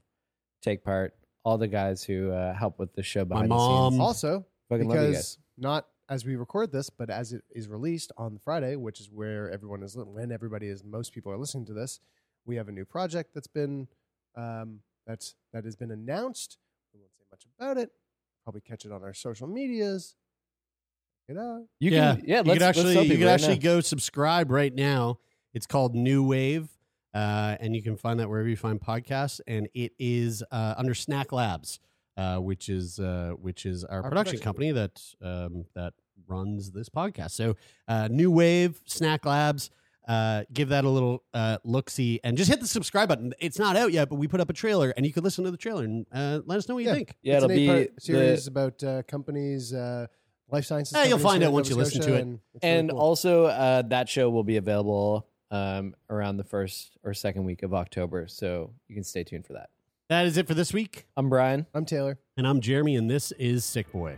Speaker 4: Take Part, all the guys who uh, help with the show behind the
Speaker 3: mom.
Speaker 4: scenes.
Speaker 5: Also,
Speaker 4: Fucking love you guys.
Speaker 5: because not as we record this, but as it is released on Friday, which is where everyone is li- when everybody is most people are listening to this. We have a new project that's been um, that's that has been announced. We won't say much about it. Probably catch it on our social medias. You know,
Speaker 4: You
Speaker 3: yeah,
Speaker 4: can, yeah.
Speaker 3: you
Speaker 4: let's,
Speaker 3: could actually
Speaker 4: let's tell
Speaker 3: you
Speaker 4: people
Speaker 3: could
Speaker 4: right
Speaker 3: actually
Speaker 4: now.
Speaker 3: go subscribe right now. It's called New Wave, uh, and you can find that wherever you find podcasts. And it is uh, under Snack Labs, uh, which is uh, which is our, production,
Speaker 5: production.
Speaker 3: company that um, that runs this podcast. So uh, New Wave Snack Labs. Uh, give that a little uh, look see and just hit the subscribe button. It's not out yet, but we put up a trailer and you can listen to the trailer and uh, let us know what you
Speaker 5: Yeah.
Speaker 3: think.
Speaker 4: Yeah,
Speaker 5: it's
Speaker 4: it'll
Speaker 5: an
Speaker 4: be
Speaker 5: eight-part series
Speaker 4: the,
Speaker 5: about uh, companies, uh, life sciences.
Speaker 3: Yeah, Eh, you'll
Speaker 5: companies
Speaker 3: find
Speaker 5: here
Speaker 3: out
Speaker 5: in
Speaker 3: once you
Speaker 5: Nova
Speaker 3: listen
Speaker 5: Scotia,
Speaker 3: to it.
Speaker 5: and it's really
Speaker 4: and
Speaker 5: cool.
Speaker 4: also uh, that show will be available um, around the first or second week of October. So you can stay tuned for that.
Speaker 3: That is it for this week.
Speaker 4: I'm Brian.
Speaker 5: I'm Taylor.
Speaker 3: And I'm Jeremy, and this is Sick Boy.